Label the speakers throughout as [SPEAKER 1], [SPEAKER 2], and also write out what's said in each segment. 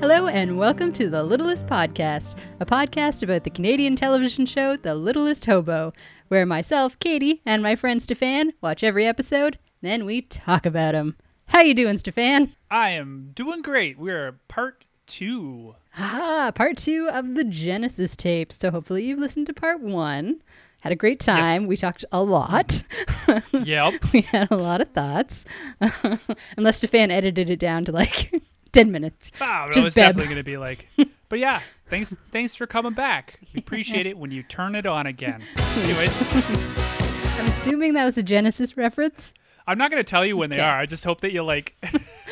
[SPEAKER 1] Hello, and welcome to The Littlest Podcast, a podcast about the Canadian television show The Littlest Hobo, where myself, Katie, and my friend Stefan watch every episode, then we talk about 'em. How you doing, Stefan?
[SPEAKER 2] I am doing great. We're part two.
[SPEAKER 1] Ah, part two of the Genesis tapes. So hopefully you've listened to part one. Had a great time. We talked a lot.
[SPEAKER 2] Yep.
[SPEAKER 1] we had a lot of thoughts. Unless Stefan edited it down to like 10 minutes.
[SPEAKER 2] Wow, it
[SPEAKER 1] Just
[SPEAKER 2] was
[SPEAKER 1] beb.
[SPEAKER 2] definitely going to be like. But yeah, thanks thanks for coming back. We appreciate it when you turn it on again. Anyways,
[SPEAKER 1] I'm assuming that was a Genesis reference.
[SPEAKER 2] I'm not going to tell you when they
[SPEAKER 1] Okay.
[SPEAKER 2] are. I just hope that you like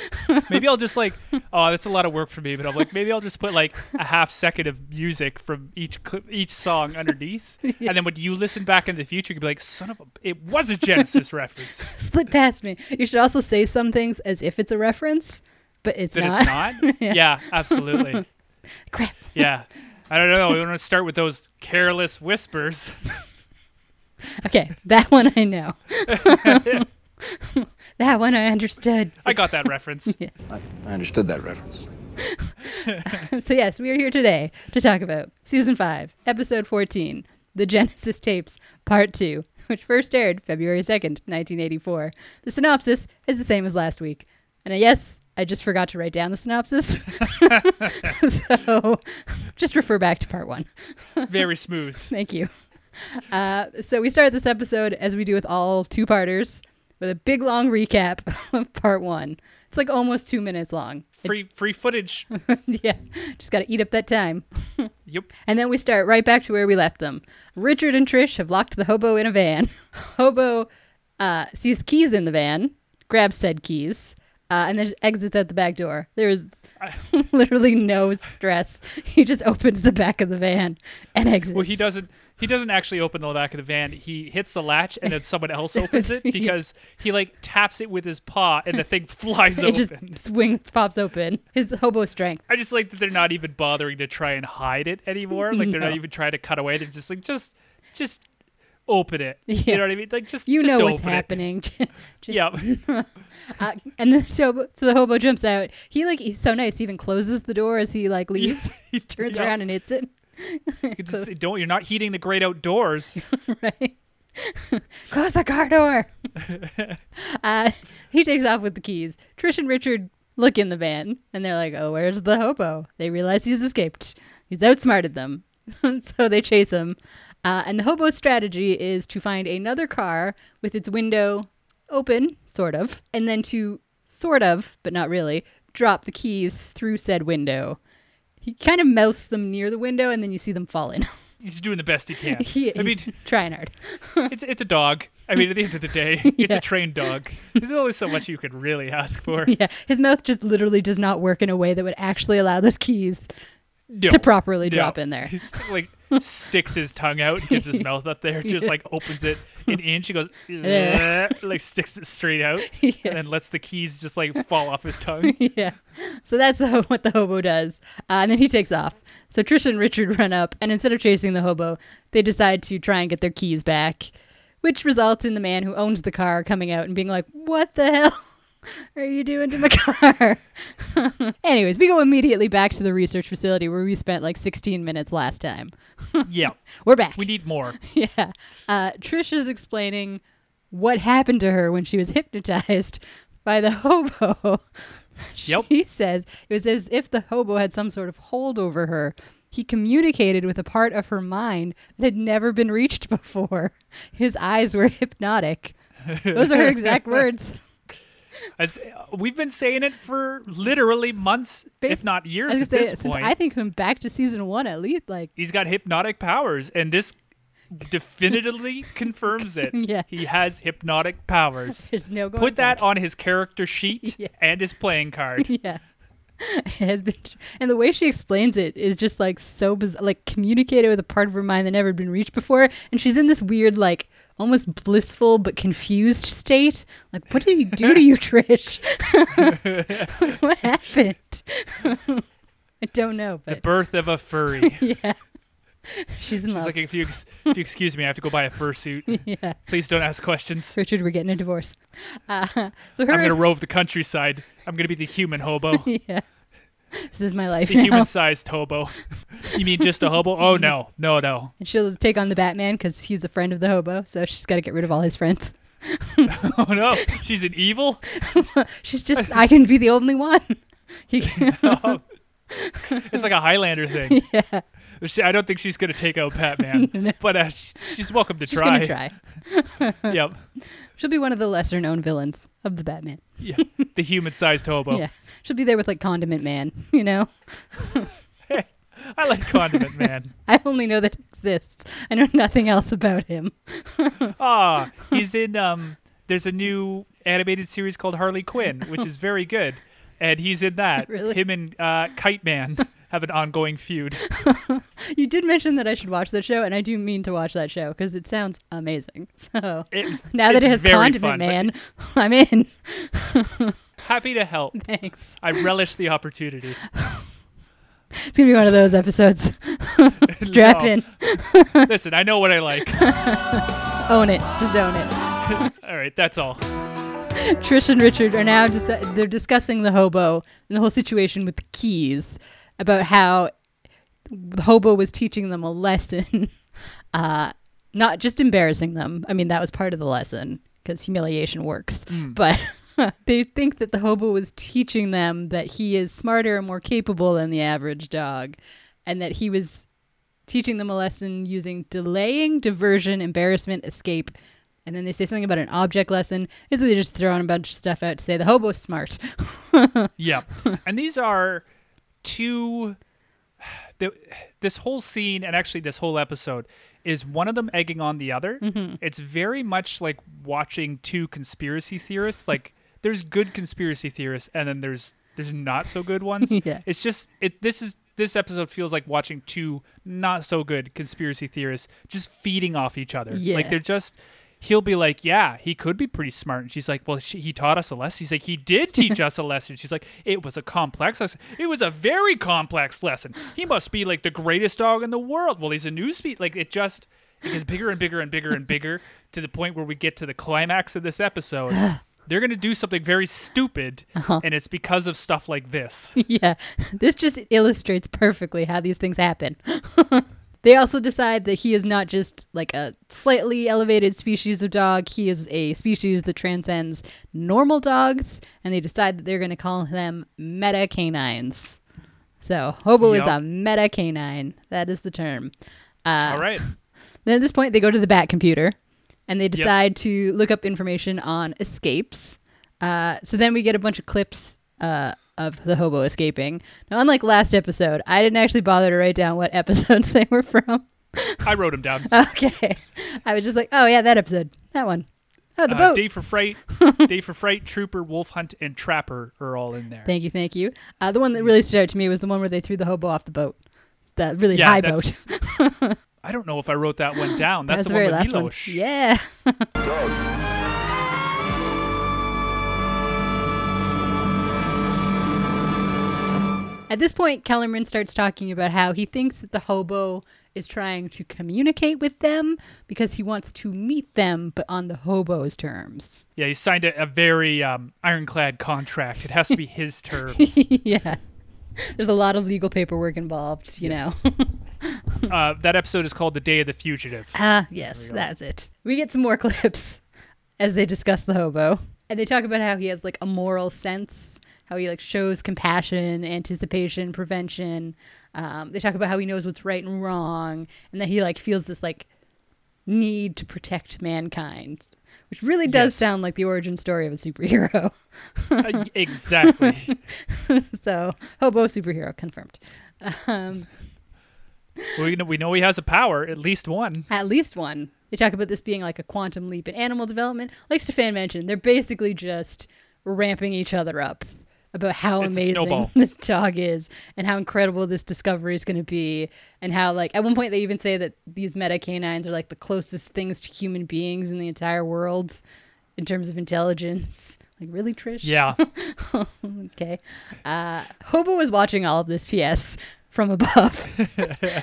[SPEAKER 2] Maybe I'll just like, oh, that's a lot of work for me, but I'm like maybe I'll just put like a half second of music from each cl- each song underneath. And then when you listen back in the future, you'll be like, "Son of a it was a Genesis reference."
[SPEAKER 1] Slip past me. You should also say some things as if it's a reference, but it's
[SPEAKER 2] That
[SPEAKER 1] not.
[SPEAKER 2] it's not?
[SPEAKER 1] Yeah.
[SPEAKER 2] yeah, absolutely.
[SPEAKER 1] Crap.
[SPEAKER 2] Yeah. I don't know. We want to start with those careless whispers.
[SPEAKER 1] Okay, that one I know. that one I understood.
[SPEAKER 2] I got that reference.
[SPEAKER 3] I, I understood that reference.
[SPEAKER 1] So, yes, we are here today to talk about season five, episode 14, The Genesis Tapes, part two, which first aired February 2nd, 1984. The synopsis is the same as last week. And uh, yes, I just forgot to write down the synopsis. so, just refer back to part one.
[SPEAKER 2] Very smooth.
[SPEAKER 1] Thank you. Uh, so we start this episode as we do with all two-parters with a big long recap of part one. It's like almost two minutes long.
[SPEAKER 2] Free free footage.
[SPEAKER 1] yeah, just got to eat up that time.
[SPEAKER 2] Yep.
[SPEAKER 1] And then we start right back to where we left them. Richard and Trish have locked the hobo in a van. Hobo uh, sees keys in the van, grabs said keys, uh, and then just exits out the back door. There is literally no stress. He just opens the back of the van and exits.
[SPEAKER 2] Well, he doesn't he doesn't actually open the back of the van. He hits the latch and then someone else opens it because he like taps it with his paw and the thing flies
[SPEAKER 1] It
[SPEAKER 2] open.
[SPEAKER 1] just swings, pops open. His hobo strength.
[SPEAKER 2] I just like that they're not even bothering to try and hide it anymore. Like they're not even trying to cut away. They're just like just just open it.
[SPEAKER 1] Yeah.
[SPEAKER 2] You know what I mean? Like just
[SPEAKER 1] You
[SPEAKER 2] just
[SPEAKER 1] know what's
[SPEAKER 2] open it.
[SPEAKER 1] happening. Just-
[SPEAKER 2] Yeah.
[SPEAKER 1] uh, and then so, so the hobo jumps out. He like he's so nice. He even closes the door as he like leaves. he turns
[SPEAKER 2] Yeah.
[SPEAKER 1] around and hits it.
[SPEAKER 2] It's just- don't you're not heating the great outdoors.
[SPEAKER 1] Right. Close the car door. uh, he takes off with the keys. Trish and Richard look in the van and they're like, "Oh, where's the hobo?" They realize he's escaped. He's outsmarted them, so they chase him. Uh, and the hobo's strategy is to find another car with its window open, sort of, and then to sort of, but not really, drop the keys through said window. He kind of mouths them near the window, and then you see them fall in.
[SPEAKER 2] He's doing the best he can.
[SPEAKER 1] he,
[SPEAKER 2] I mean,
[SPEAKER 1] he's trying hard.
[SPEAKER 2] It's it's a dog. I mean, at the end of the day, it's a trained dog. There's only so much you can really ask for.
[SPEAKER 1] Yeah, his mouth just literally does not work in a way that would actually allow those keys
[SPEAKER 2] No,
[SPEAKER 1] to properly
[SPEAKER 2] no.
[SPEAKER 1] drop in there.
[SPEAKER 2] He's like sticks his tongue out, gets his mouth up there, just like opens it an inch. He goes
[SPEAKER 1] Yeah.
[SPEAKER 2] "Ugh," like sticks it straight out,
[SPEAKER 1] Yeah.
[SPEAKER 2] and then lets the keys just like fall off his tongue.
[SPEAKER 1] yeah, so that's the, what the hobo does, uh, and then he takes off. So Trish and Richard run up, and instead of chasing the hobo, they decide to try and get their keys back, which results in the man who owns the car coming out and being like, "What the hell?" Are you doing to my car? Anyways, we go immediately back to the research facility where we spent like 16 minutes last time.
[SPEAKER 2] yeah,
[SPEAKER 1] We're back.
[SPEAKER 2] we need more.
[SPEAKER 1] Yeah. Uh, Trish is explaining what happened to her when she was hypnotized by the hobo. She
[SPEAKER 2] Yep.
[SPEAKER 1] says it was as if the hobo had some sort of hold over her. He communicated with a part of her mind that had never been reached before. His eyes were hypnotic. Those are her exact words.
[SPEAKER 2] As we've been saying it for literally months, if not
[SPEAKER 1] I, was
[SPEAKER 2] years,
[SPEAKER 1] gonna
[SPEAKER 2] at
[SPEAKER 1] say,
[SPEAKER 2] this
[SPEAKER 1] since
[SPEAKER 2] point.
[SPEAKER 1] I think from back to season one at least, like
[SPEAKER 2] he's got hypnotic powers and this definitively confirms it
[SPEAKER 1] Yeah.
[SPEAKER 2] he has hypnotic powers
[SPEAKER 1] there's no going
[SPEAKER 2] put that
[SPEAKER 1] back.
[SPEAKER 2] on his character sheet
[SPEAKER 1] Yeah.
[SPEAKER 2] and his playing card
[SPEAKER 1] yeah it has been tr- and the way she explains it is just like so bizarre like communicated with a part of her mind that never had been reached before and she's in this weird like almost blissful but confused state like what did he do to you trish what happened i don't know
[SPEAKER 2] the
[SPEAKER 1] but
[SPEAKER 2] birth of a furry
[SPEAKER 1] she's in
[SPEAKER 2] it's
[SPEAKER 1] love
[SPEAKER 2] like if you ex- if you excuse me i have to go buy a fursuit
[SPEAKER 1] yeah
[SPEAKER 2] please don't ask questions
[SPEAKER 1] richard we're getting a divorce uh, so her
[SPEAKER 2] i'm gonna rove the countryside i'm gonna be the human hobo
[SPEAKER 1] yeah This is my life
[SPEAKER 2] The
[SPEAKER 1] now.
[SPEAKER 2] human-sized hobo. you mean just a hobo? Oh no, no, no.
[SPEAKER 1] And she'll take on the Batman because he's a friend of the hobo, so she's got to get rid of all his friends.
[SPEAKER 2] Oh no, she's an evil.
[SPEAKER 1] She's just, I can be the only one. He can-
[SPEAKER 2] Oh. It's like a Highlander thing.
[SPEAKER 1] yeah,
[SPEAKER 2] She- I don't think she's gonna take out Batman, but uh, sh- she's welcome to
[SPEAKER 1] she's gonna
[SPEAKER 2] try.
[SPEAKER 1] try.
[SPEAKER 2] Yep.
[SPEAKER 1] She'll be one of the lesser known villains of the Batman.
[SPEAKER 2] Yeah. The human-sized hobo.
[SPEAKER 1] Yeah, she'll be there with like Condiment Man. You know,
[SPEAKER 2] I like Condiment Man.
[SPEAKER 1] I only know that he exists. I know nothing else about him.
[SPEAKER 2] Ah, he's in. Um, there's a new animated series called Harley Quinn, which is very good, and he's in that.
[SPEAKER 1] Really?
[SPEAKER 2] Him and uh, Kite Man have an ongoing feud.
[SPEAKER 1] You did mention that I should watch that show, and I do mean to watch that show because it sounds amazing. So
[SPEAKER 2] It's,
[SPEAKER 1] now that
[SPEAKER 2] it's
[SPEAKER 1] it has
[SPEAKER 2] very
[SPEAKER 1] Condiment
[SPEAKER 2] fun, but
[SPEAKER 1] Man, I'm in.
[SPEAKER 2] Happy to help.
[SPEAKER 1] Thanks.
[SPEAKER 2] I relish the opportunity.
[SPEAKER 1] It's gonna be one of those episodes. Strap
[SPEAKER 2] No.
[SPEAKER 1] in,
[SPEAKER 2] Listen, I know what I like.
[SPEAKER 1] own it, just own it.
[SPEAKER 2] All right, that's all.
[SPEAKER 1] Trish and Richard are now just they're discussing the hobo and the whole situation with the keys about how the hobo was teaching them a lesson, uh, not just embarrassing them. I mean that was part of the lesson because humiliation works, but. They think that the hobo was teaching them that he is smarter and more capable than the average dog, and that he was teaching them a lesson using delaying, diversion, embarrassment, escape. And then they say something about an object lesson. Is they just throwing a bunch of stuff out to say the hobo's smart?
[SPEAKER 2] Yeah. And these are two. The, this whole scene and actually this whole episode is one of them egging on the other. It's very much like watching two conspiracy theorists. Like there's good conspiracy theorists and then there's there's not so good ones.
[SPEAKER 1] Yeah.
[SPEAKER 2] It's just it this is this episode feels like watching two not so good conspiracy theorists just feeding off each other.
[SPEAKER 1] Yeah.
[SPEAKER 2] Like they're just he'll be like, "Yeah, he could be pretty smart." And she's like, "Well, she, he taught us a lesson." He's like, "He did teach us a lesson." She's like, "It was a complex lesson. It was a very complex lesson. He must be like the greatest dog in the world." Well, he's a new species. Like it just it gets bigger and bigger and bigger and bigger to the point where we get to the climax of this episode. They're gonna do something very stupid, and it's because of stuff like this.
[SPEAKER 1] Uh-huh. yeah. This just illustrates perfectly how these things happen. they also decide that he is not just like a slightly elevated species of dog, he is a species that transcends normal dogs, and they decide that they're going to call them meta canines. So, hobo is
[SPEAKER 2] Yup.
[SPEAKER 1] a meta canine. That is the term. Uh,
[SPEAKER 2] All right.
[SPEAKER 1] Then at this point, they go to the Bat computer and they
[SPEAKER 2] Yes.
[SPEAKER 1] decide to look up information on escapes. Uh, so then we get a bunch of clips uh, of the hobo escaping. Now, unlike last episode, I didn't actually bother to write down what episodes they were from.
[SPEAKER 2] I wrote him down.
[SPEAKER 1] Okay. I was just like, oh, yeah, that episode. That one. Oh, the
[SPEAKER 2] Uh,
[SPEAKER 1] boat.
[SPEAKER 2] Day for Fright, Day for Fright, Trooper, Wolf Hunt, and Trapper are all in there.
[SPEAKER 1] Thank you. Thank you. Uh, the one that really stood out to me was the one where they threw the hobo off the boat. That really high boat.
[SPEAKER 2] that's- I don't know if I wrote that one down. That's
[SPEAKER 1] That was
[SPEAKER 2] the,
[SPEAKER 1] very
[SPEAKER 2] one with
[SPEAKER 1] last one.
[SPEAKER 2] Milos.
[SPEAKER 1] Yeah. At this point, Kellerman starts talking about how he thinks that the hobo is trying to communicate with them because he wants to meet them, but on the hobo's terms.
[SPEAKER 2] Yeah, he signed a, a very um, ironclad contract. It has to be his terms.
[SPEAKER 1] yeah. There's a lot of legal paperwork involved, you know.
[SPEAKER 2] uh, that episode is called The Day of the Fugitive.
[SPEAKER 1] Ah, yes, that's it. We get some more clips as they discuss the hobo. And they talk about how he has like a moral sense, how he like shows compassion, anticipation, prevention. Um, they talk about how he knows what's right and wrong, and that he like feels this like need to protect mankind, which really does
[SPEAKER 2] Yes.
[SPEAKER 1] sound like the origin story of a superhero.
[SPEAKER 2] Uh, exactly.
[SPEAKER 1] so, hobo superhero confirmed. Um,
[SPEAKER 2] we, know, we know he has a power, at least one.
[SPEAKER 1] At least one. They talk about this being like a quantum leap in animal development. Like Stefan mentioned, they're basically just ramping each other up about how
[SPEAKER 2] It's a
[SPEAKER 1] amazing
[SPEAKER 2] snowball.
[SPEAKER 1] this dog is and how incredible this discovery is going to be. And how, like, at one point they even say that these meta canines are like the closest things to human beings in the entire world in terms of intelligence. Like, really, Trish?
[SPEAKER 2] Yeah.
[SPEAKER 1] Okay. Uh, Hobo was watching all of this, P.S., from above,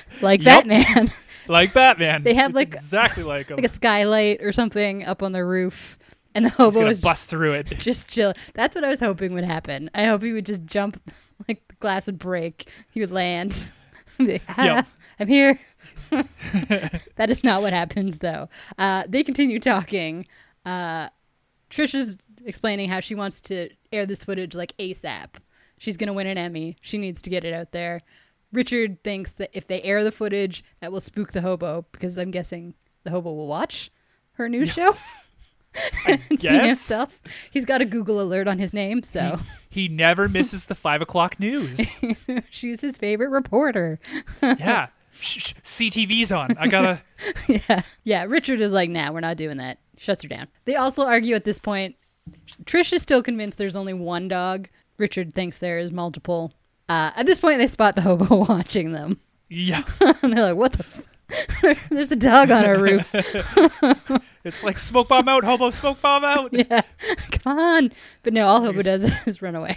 [SPEAKER 1] like
[SPEAKER 2] Yup.
[SPEAKER 1] Batman.
[SPEAKER 2] Like Batman.
[SPEAKER 1] They have,
[SPEAKER 2] It's
[SPEAKER 1] like-
[SPEAKER 2] exactly like him.
[SPEAKER 1] like a skylight or something up on the roof and the
[SPEAKER 2] He's
[SPEAKER 1] hobo
[SPEAKER 2] gonna
[SPEAKER 1] is just,
[SPEAKER 2] bust through it.
[SPEAKER 1] just chill. That's what I was hoping would happen. I hope he would just jump, like the glass would break. He would land. Be like, "Ah,
[SPEAKER 2] Yep.
[SPEAKER 1] I'm here. that is not what happens, though. Uh, they continue talking. Uh, Trish is explaining how she wants to air this footage like ASAP. She's going to win an Emmy. She needs to get it out there. Richard thinks that if they air the footage, that will spook the hobo because I'm guessing the hobo will watch her news show and see
[SPEAKER 2] guess.
[SPEAKER 1] himself. He's got a Google alert on his name, so
[SPEAKER 2] He never misses the five o'clock news.
[SPEAKER 1] she's his favorite reporter.
[SPEAKER 2] Yeah. Shh, shh, CTV's on. I gotta.
[SPEAKER 1] yeah. Yeah. Richard is like, nah, we're not doing that. Shuts her down. They also argue at this point. Trish is still convinced there's only one dog. Richard thinks there is multiple. Uh, at this point, they spot the hobo watching them.
[SPEAKER 2] Yeah.
[SPEAKER 1] and they're like, what the? F-? There- there's a dog on our roof.
[SPEAKER 2] It's like smoke bomb out, hobo, smoke bomb out.
[SPEAKER 1] yeah. Come on. But no, all hobo does is run away.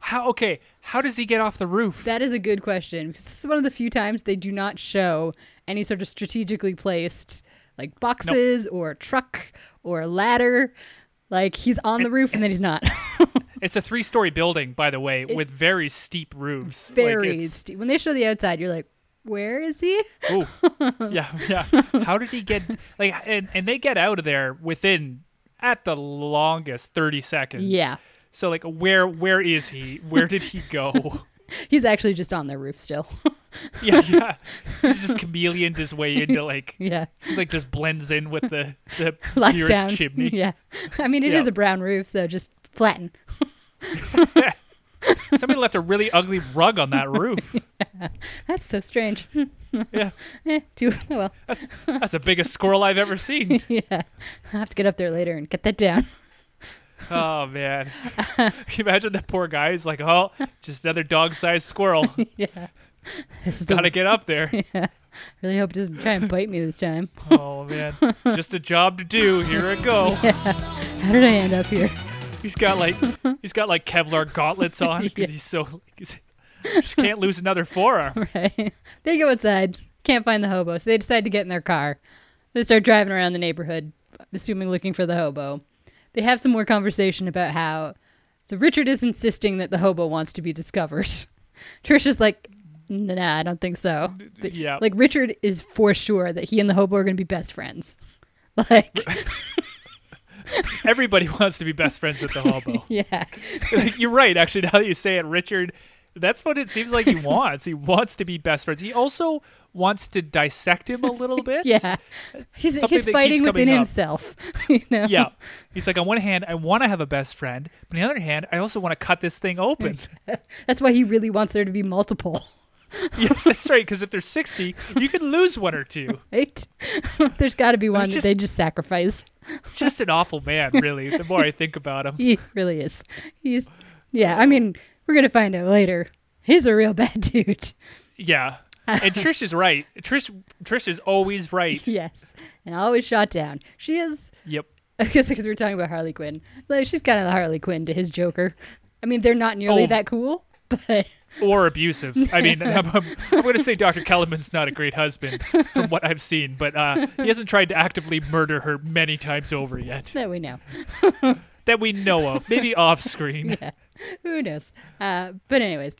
[SPEAKER 2] How? Okay. How does he get off the roof?
[SPEAKER 1] That is a good question. 'cause this is one of the few times they do not show any sort of strategically placed like boxes or truck or ladder. Like he's on the roof and then he's not.
[SPEAKER 2] It's a three-story building, by the way, with very steep roofs. Like,
[SPEAKER 1] Very
[SPEAKER 2] it's-
[SPEAKER 1] steep. When they show the outside, you're like, where is he?
[SPEAKER 2] Oh, yeah, yeah. How did he get like? And, and they get out of there within at the longest thirty seconds.
[SPEAKER 1] Yeah.
[SPEAKER 2] So like, where where is he? Where did he go?
[SPEAKER 1] He's actually just on the roof still.
[SPEAKER 2] yeah, yeah. He just chameleoned his way into like
[SPEAKER 1] yeah.
[SPEAKER 2] he, like just blends in with the the
[SPEAKER 1] Lies
[SPEAKER 2] nearest
[SPEAKER 1] down.
[SPEAKER 2] chimney.
[SPEAKER 1] Yeah. I mean, it is
[SPEAKER 2] Yeah.
[SPEAKER 1] a brown roof, so just flatten.
[SPEAKER 2] Somebody left a really ugly rug on that roof.
[SPEAKER 1] That's so strange. Hmm,
[SPEAKER 2] Yeah,
[SPEAKER 1] eh, too, oh well,
[SPEAKER 2] that's that's the biggest squirrel I've ever seen.
[SPEAKER 1] yeah. I'll have to get up there later and get that down.
[SPEAKER 2] Oh man, Can you imagine that poor guy? He's like, oh, just another dog-sized squirrel.
[SPEAKER 1] Yeah. This is the
[SPEAKER 2] Gotta get up there.
[SPEAKER 1] Really hope it doesn't try and bite me this time.
[SPEAKER 2] Oh man, just a job to do. Here I go.
[SPEAKER 1] How did I end up here?
[SPEAKER 2] He's got like he's got like Kevlar gauntlets on because he's so he's, just can't lose another forearm.
[SPEAKER 1] Right. They go outside, can't find the hobo, so they decide to get in their car. They start driving around the neighborhood, assuming looking for the hobo. They have some more conversation about how. So Richard is insisting that the hobo wants to be discovered. Trish is like, nah, I don't think so. But,
[SPEAKER 2] Yeah.
[SPEAKER 1] Like Richard is for sure that he and the hobo are going to be best friends. Like,
[SPEAKER 2] Everybody wants to be best friends with the hobo.
[SPEAKER 1] yeah.
[SPEAKER 2] Like, you're right, actually. Now that you say it, Richard, that's what it seems like he wants. He wants to be best friends. He also wants to dissect him a little bit.
[SPEAKER 1] Yeah. He's,
[SPEAKER 2] something
[SPEAKER 1] he's
[SPEAKER 2] that keeps
[SPEAKER 1] fighting within
[SPEAKER 2] coming up.
[SPEAKER 1] himself. You know?
[SPEAKER 2] Yeah. He's like, on one hand, I want to have a best friend, but on the other hand, I also want to cut this thing open.
[SPEAKER 1] That's why he really wants there to be multiple,
[SPEAKER 2] yeah, that's right. Because if there's 60, you could lose one or two.
[SPEAKER 1] right? There's got to be one that
[SPEAKER 2] just-
[SPEAKER 1] they just sacrifice.
[SPEAKER 2] just an awful man, really. The more I think about him,
[SPEAKER 1] He really is. He's, yeah. I mean, we're gonna find out later. He's a real bad dude.
[SPEAKER 2] yeah. And Trish is right. Trish, Trish is always right.
[SPEAKER 1] Yes, and always shot down. She is.
[SPEAKER 2] Yep.
[SPEAKER 1] I guess because we're talking about Harley Quinn, like she's kind of the Harley Quinn to his Joker. I mean, they're not nearly
[SPEAKER 2] Oh.
[SPEAKER 1] that cool, but
[SPEAKER 2] Or abusive. I mean, I'm, I'm, I'm going to say Dr. Kellerman's not a great husband from what I've seen, but uh, he hasn't tried to actively murder her many times over yet
[SPEAKER 1] that we know.
[SPEAKER 2] that we know of. Maybe off screen.
[SPEAKER 1] Who knows? Uh, but anyways,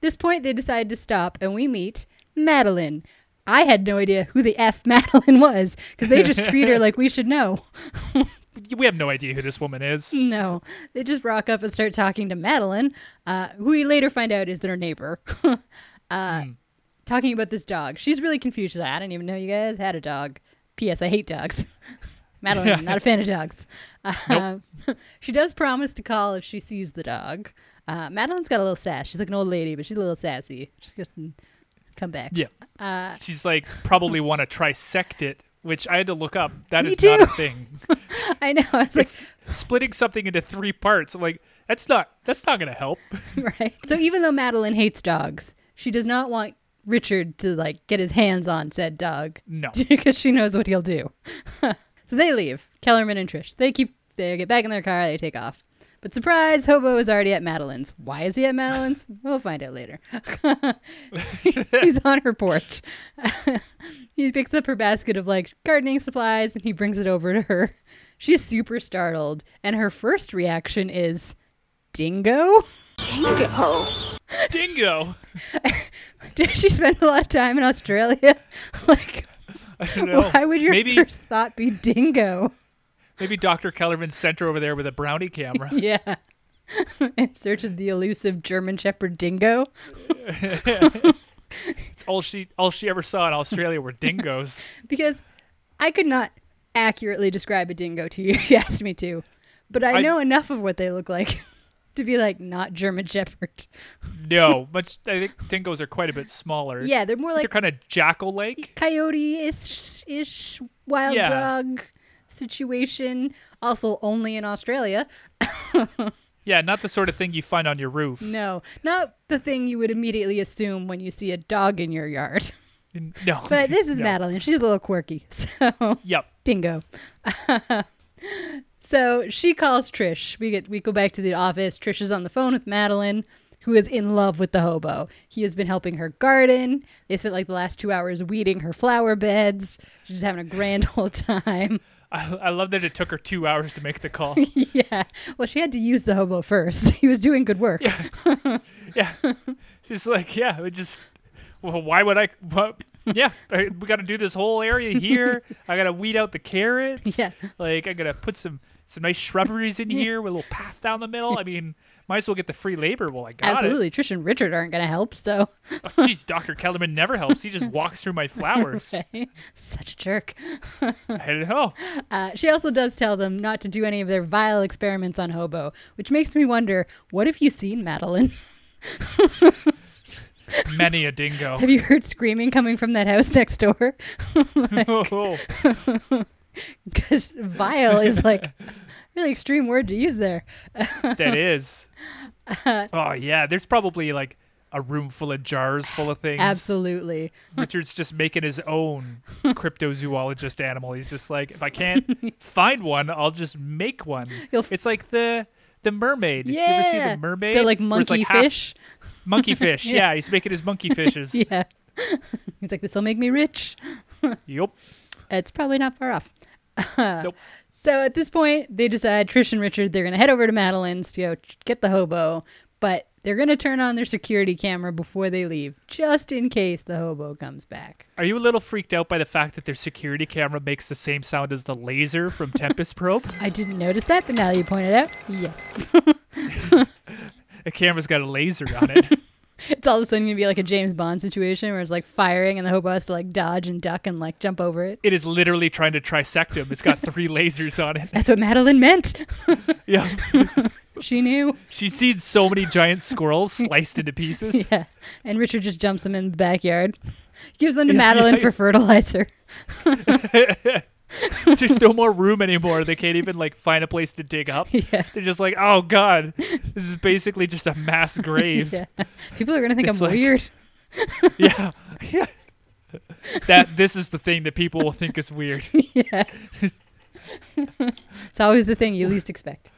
[SPEAKER 1] this point they decide to stop, and we meet Madeline. I had no idea who the f Madeline was because they just treat her like we should know.
[SPEAKER 2] We have no idea who this woman is.
[SPEAKER 1] No, they just rock up and start talking to Madeline, uh, who we later find out is their neighbor. uh,
[SPEAKER 2] Hmm.
[SPEAKER 1] Talking about this dog, she's really confused. She's like, I didn't even know you guys had a dog. P.S. I hate dogs. Madeline, I'm not a fan of dogs. Uh, she does promise to call if she sees the dog. Uh, Madeline's got a little sass. She's like an old lady, but she's a little sassy. She goes, "Mm, "Come back."
[SPEAKER 2] Yeah.
[SPEAKER 1] Uh,
[SPEAKER 2] She's like, probably want to trisect it, which I had to look up. That
[SPEAKER 1] Me
[SPEAKER 2] is not a
[SPEAKER 1] too.
[SPEAKER 2] thing.
[SPEAKER 1] I know. I was like,
[SPEAKER 2] It's splitting something into three parts. I'm like, that's not, that's not going to help.
[SPEAKER 1] Right. So even though Madeline hates dogs, she does not want Richard to like get his hands on said dog
[SPEAKER 2] No.
[SPEAKER 1] because she knows what he'll do. so they leave. Kellerman and Trish. They keep they get back in their car, they take off. But surprise, Hobo is already at Madeline's. Why is he at Madeline's? we'll find out later. He's on her porch. he picks up her basket of like gardening supplies and he brings it over to her. She's super startled, and her first reaction is dingo?
[SPEAKER 4] Dingo.
[SPEAKER 2] Dingo.
[SPEAKER 1] Did she spend a lot of time in Australia? like,
[SPEAKER 2] I don't know.
[SPEAKER 1] why would your
[SPEAKER 2] maybe
[SPEAKER 1] first thought be dingo?
[SPEAKER 2] maybe Dr. Kellerman sent her over there with a brownie camera?
[SPEAKER 1] Yeah. in search of the elusive German Shepherd dingo?
[SPEAKER 2] It's all she all she ever saw in Australia were dingoes.
[SPEAKER 1] Because I could not accurately describe a dingo to you if you asked me to, but I,
[SPEAKER 2] I-
[SPEAKER 1] know enough of what they look like to be like, not German Shepherd.
[SPEAKER 2] No, much. I think dingoes are quite a bit smaller.
[SPEAKER 1] Yeah, they're more
[SPEAKER 2] they're
[SPEAKER 1] like
[SPEAKER 2] kind of jackal like.
[SPEAKER 1] coyote ish ish wild
[SPEAKER 2] Yeah.
[SPEAKER 1] dog situation. Also, only in Australia.
[SPEAKER 2] Yeah, not the sort of thing you find on your roof.
[SPEAKER 1] No, not the thing you would immediately assume when you see a dog in your yard.
[SPEAKER 2] No.
[SPEAKER 1] But this is
[SPEAKER 2] No.
[SPEAKER 1] Madeline. She's a little quirky. So,
[SPEAKER 2] Yep.
[SPEAKER 1] dingo. so she calls Trish. We get we go back to the office. Trish is on the phone with Madeline, who is in love with the hobo. He has been helping her garden. They spent like the last two hours weeding her flower beds. She's just having a grand old time.
[SPEAKER 2] I, I love that it took her two hours to make the call.
[SPEAKER 1] yeah. Well, she had to use the hobo first. He was doing good work.
[SPEAKER 2] yeah. She's like, yeah, it just. Well, why would I? What, yeah, I- we got to do this whole area here. I got to weed out the carrots.
[SPEAKER 1] Yeah.
[SPEAKER 2] Like, I got to put some some nice shrubberies in here with a little path down the middle. I mean, might as well get the free labor while I got
[SPEAKER 1] Absolutely. Trish and Richard aren't going to help. So,
[SPEAKER 2] it. Oh, Jeez, Dr. Kellerman never helps. He just walks through my flowers.
[SPEAKER 1] such a jerk.
[SPEAKER 2] I oh, don't know.
[SPEAKER 1] Uh, she also does tell them not to do any of their vile experiments on Hobo, which makes me wonder what have you seen, Madeline?
[SPEAKER 2] Many a dingo.
[SPEAKER 1] Have you heard screaming coming from that house next door?
[SPEAKER 2] Oh,
[SPEAKER 1] Because vile is like a really extreme word to use there.
[SPEAKER 2] that is.
[SPEAKER 1] Uh,
[SPEAKER 2] Oh, yeah. There's probably like a room full of jars full of things.
[SPEAKER 1] Absolutely.
[SPEAKER 2] Richard's just making his own cryptozoologist animal. He's just like, if I can't find one, I'll just make one.
[SPEAKER 1] You'll f-
[SPEAKER 2] it's like the the mermaid.
[SPEAKER 1] Yeah.
[SPEAKER 2] You ever see the mermaid?
[SPEAKER 1] They're like
[SPEAKER 2] Where it's,
[SPEAKER 1] monkey
[SPEAKER 2] half-
[SPEAKER 1] fish.
[SPEAKER 2] monkey fish. yeah. he's making his monkey fishes.
[SPEAKER 1] Yeah. He's like, this will make me rich.
[SPEAKER 2] Yup.
[SPEAKER 1] It's probably not far off.
[SPEAKER 2] Nope.
[SPEAKER 1] So at this point, they decide Trish and Richard they're gonna head over to Madeline's to go ch- get the hobo, but they're gonna turn on their security camera before they leave, just in case the hobo comes back.
[SPEAKER 2] Are you a little freaked out by the fact that their security camera makes the same sound as the laser from Tempest Probe?
[SPEAKER 1] I didn't notice that, but now that you point it out, yes,
[SPEAKER 2] The camera's got a laser on it.
[SPEAKER 1] it's all of a sudden gonna be like a James Bond situation where it's like firing and the hobo has to like dodge and duck and like jump over it.
[SPEAKER 2] it is literally trying to trisect him. It's got three lasers on it.
[SPEAKER 1] That's what Madeline meant.
[SPEAKER 2] Yeah.
[SPEAKER 1] she knew.
[SPEAKER 2] She's seen so many giant squirrels sliced into pieces.
[SPEAKER 1] Yeah, and Richard just jumps them in the backyard, gives them to
[SPEAKER 2] Yeah,
[SPEAKER 1] Madeline for
[SPEAKER 2] he's-
[SPEAKER 1] fertilizer.
[SPEAKER 2] There's no more room anymore. They can't even like find a place to dig up.
[SPEAKER 1] Yeah.
[SPEAKER 2] They're just like, oh god, this is basically just a mass grave.
[SPEAKER 1] Yeah, people are gonna think
[SPEAKER 2] It's
[SPEAKER 1] I'm
[SPEAKER 2] like-
[SPEAKER 1] weird.
[SPEAKER 2] yeah. Yeah. That this is the thing that people will think is weird.
[SPEAKER 1] yeah. it's always the thing you least expect.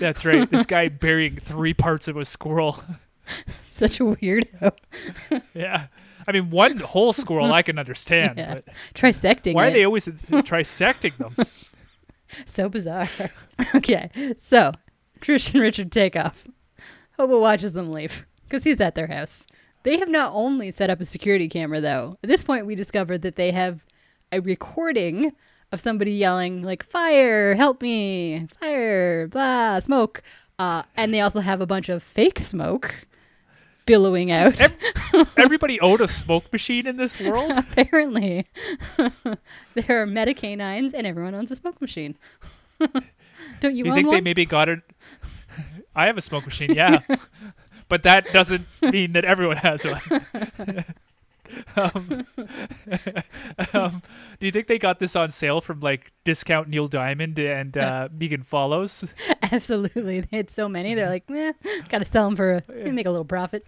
[SPEAKER 2] That's right. This guy burying three parts of a squirrel.
[SPEAKER 1] Such a weirdo.
[SPEAKER 2] Yeah. I mean, one whole squirrel I can understand,
[SPEAKER 1] Yeah.
[SPEAKER 2] but
[SPEAKER 1] Trisecting
[SPEAKER 2] why are
[SPEAKER 1] it.
[SPEAKER 2] they always trisecting them?
[SPEAKER 1] so bizarre. okay, so Trish and Richard take off. Hobo watches them leave because he's at their house. They have not only set up a security camera, though. At this point, we discovered that they have a recording of somebody yelling, like, fire, help me, fire, blah, smoke. Uh, and they also have a bunch of fake smoke billowing out.
[SPEAKER 2] Everybody owned a smoke machine in this world.
[SPEAKER 1] Apparently, there are meta canines, and everyone owns a smoke machine. Don't you,
[SPEAKER 2] you
[SPEAKER 1] own
[SPEAKER 2] think
[SPEAKER 1] one?
[SPEAKER 2] they maybe got it? I have a smoke machine, yeah, but that doesn't mean that everyone has one. um, um, do you think they got this on sale from like discount Neil Diamond and uh, Megan Follows?
[SPEAKER 1] Absolutely, they had so many. They're like, eh, gotta sell them for a, make a little profit,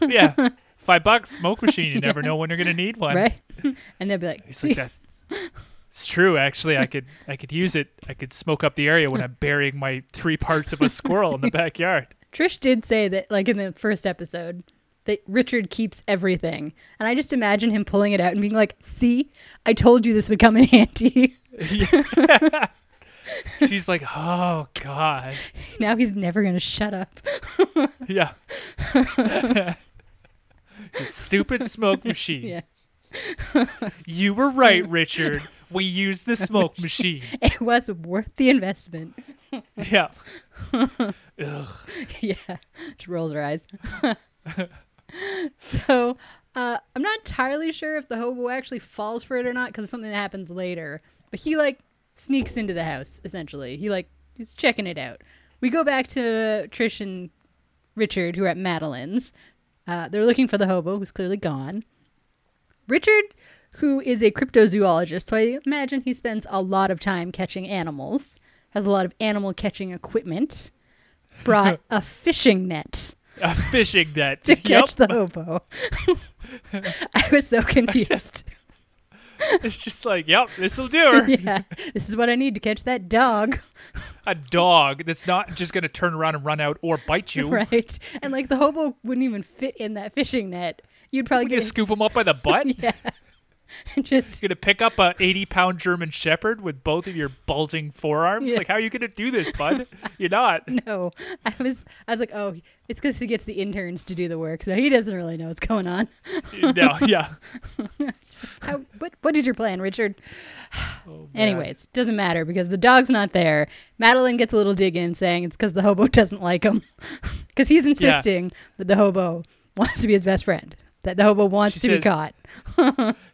[SPEAKER 2] Yeah, five bucks smoke machine. You never know when you're gonna need one.
[SPEAKER 1] right? and they'll be like,
[SPEAKER 2] He's
[SPEAKER 1] see,
[SPEAKER 2] like that's. It's true, actually. I could I could use it. I could smoke up the area when I'm burying my three parts of a squirrel in the backyard.
[SPEAKER 1] Trish did say that, like in the first episode, that Richard keeps everything, and I just imagine him pulling it out and being like, "See, I told you this would come in handy."
[SPEAKER 2] She's like, oh god,
[SPEAKER 1] Now he's never going to shut up.
[SPEAKER 2] yeah. You stupid smoke machine.
[SPEAKER 1] Yeah.
[SPEAKER 2] You were right, Richard. We used the smoke machine.
[SPEAKER 1] It was worth the investment.
[SPEAKER 2] Yeah. Ugh.
[SPEAKER 1] yeah, she rolls her eyes. so uh, I'm not entirely sure if the hobo actually falls for it or not because it's something that happens later. But he like sneaks into the house essentially. He like he's checking it out. We go back to Trish and Richard who are at Madeline's. Uh, they're looking for the hobo who's clearly gone. Richard, who is a cryptozoologist, so I imagine he spends a lot of time catching animals, has a lot of animal catching equipment, brought a fishing net
[SPEAKER 2] A fishing net.
[SPEAKER 1] to
[SPEAKER 2] Yep.
[SPEAKER 1] catch the hobo. I was so confused.
[SPEAKER 2] It's just like, yep, this'll do her.
[SPEAKER 1] yeah, this is what I need to catch that dog,
[SPEAKER 2] A dog that's not just gonna turn around and run out or bite you.
[SPEAKER 1] right? And like the hobo wouldn't even fit in that fishing net. You'd probably
[SPEAKER 2] You
[SPEAKER 1] get
[SPEAKER 2] scoop him up by the butt.
[SPEAKER 1] yeah, just
[SPEAKER 2] You're gonna pick up a 80 pound German Shepherd with both of your bulging forearms.
[SPEAKER 1] Yeah.
[SPEAKER 2] Like, how are you gonna do this, bud? You're not.
[SPEAKER 1] no. I was I was like, oh, it's because he gets the interns to do the work, so he doesn't really know what's going on.
[SPEAKER 2] No, yeah.
[SPEAKER 1] How, what what is your plan, Richard?
[SPEAKER 2] Oh, man.
[SPEAKER 1] Anyways, doesn't matter because the dog's not there. Madeline gets a little dig in saying it's because the hobo doesn't like him. Because he's insisting that the hobo wants to be his best friend, that the hobo wants
[SPEAKER 2] She
[SPEAKER 1] to be
[SPEAKER 2] says-
[SPEAKER 1] caught.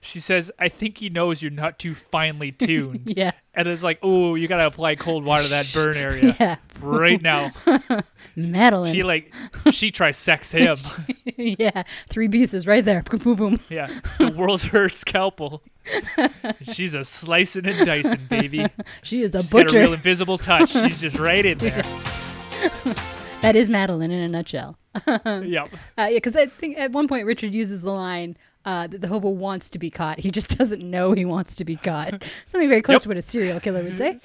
[SPEAKER 2] She says, I think he knows you're not too finely tuned.
[SPEAKER 1] Yeah.
[SPEAKER 2] And it's like, oh, you gotta apply cold water to that burn area
[SPEAKER 1] Yeah.
[SPEAKER 2] right now.
[SPEAKER 1] Madeline.
[SPEAKER 2] She like she trisects him.
[SPEAKER 1] yeah. Three pieces right there. Boom, boom, boom.
[SPEAKER 2] Yeah, the world's her scalpel. She's a slicing and dicing baby.
[SPEAKER 1] She is the
[SPEAKER 2] She's got a
[SPEAKER 1] butcher.
[SPEAKER 2] real invisible touch. She's just right in there.
[SPEAKER 1] That is Madeline in a nutshell.
[SPEAKER 2] Yep.
[SPEAKER 1] Uh, yeah, because I think at one point Richard uses the line uh, that the hobo wants to be caught. He just doesn't know he wants to be caught. Something very close
[SPEAKER 2] Yep.
[SPEAKER 1] to what a serial killer would say.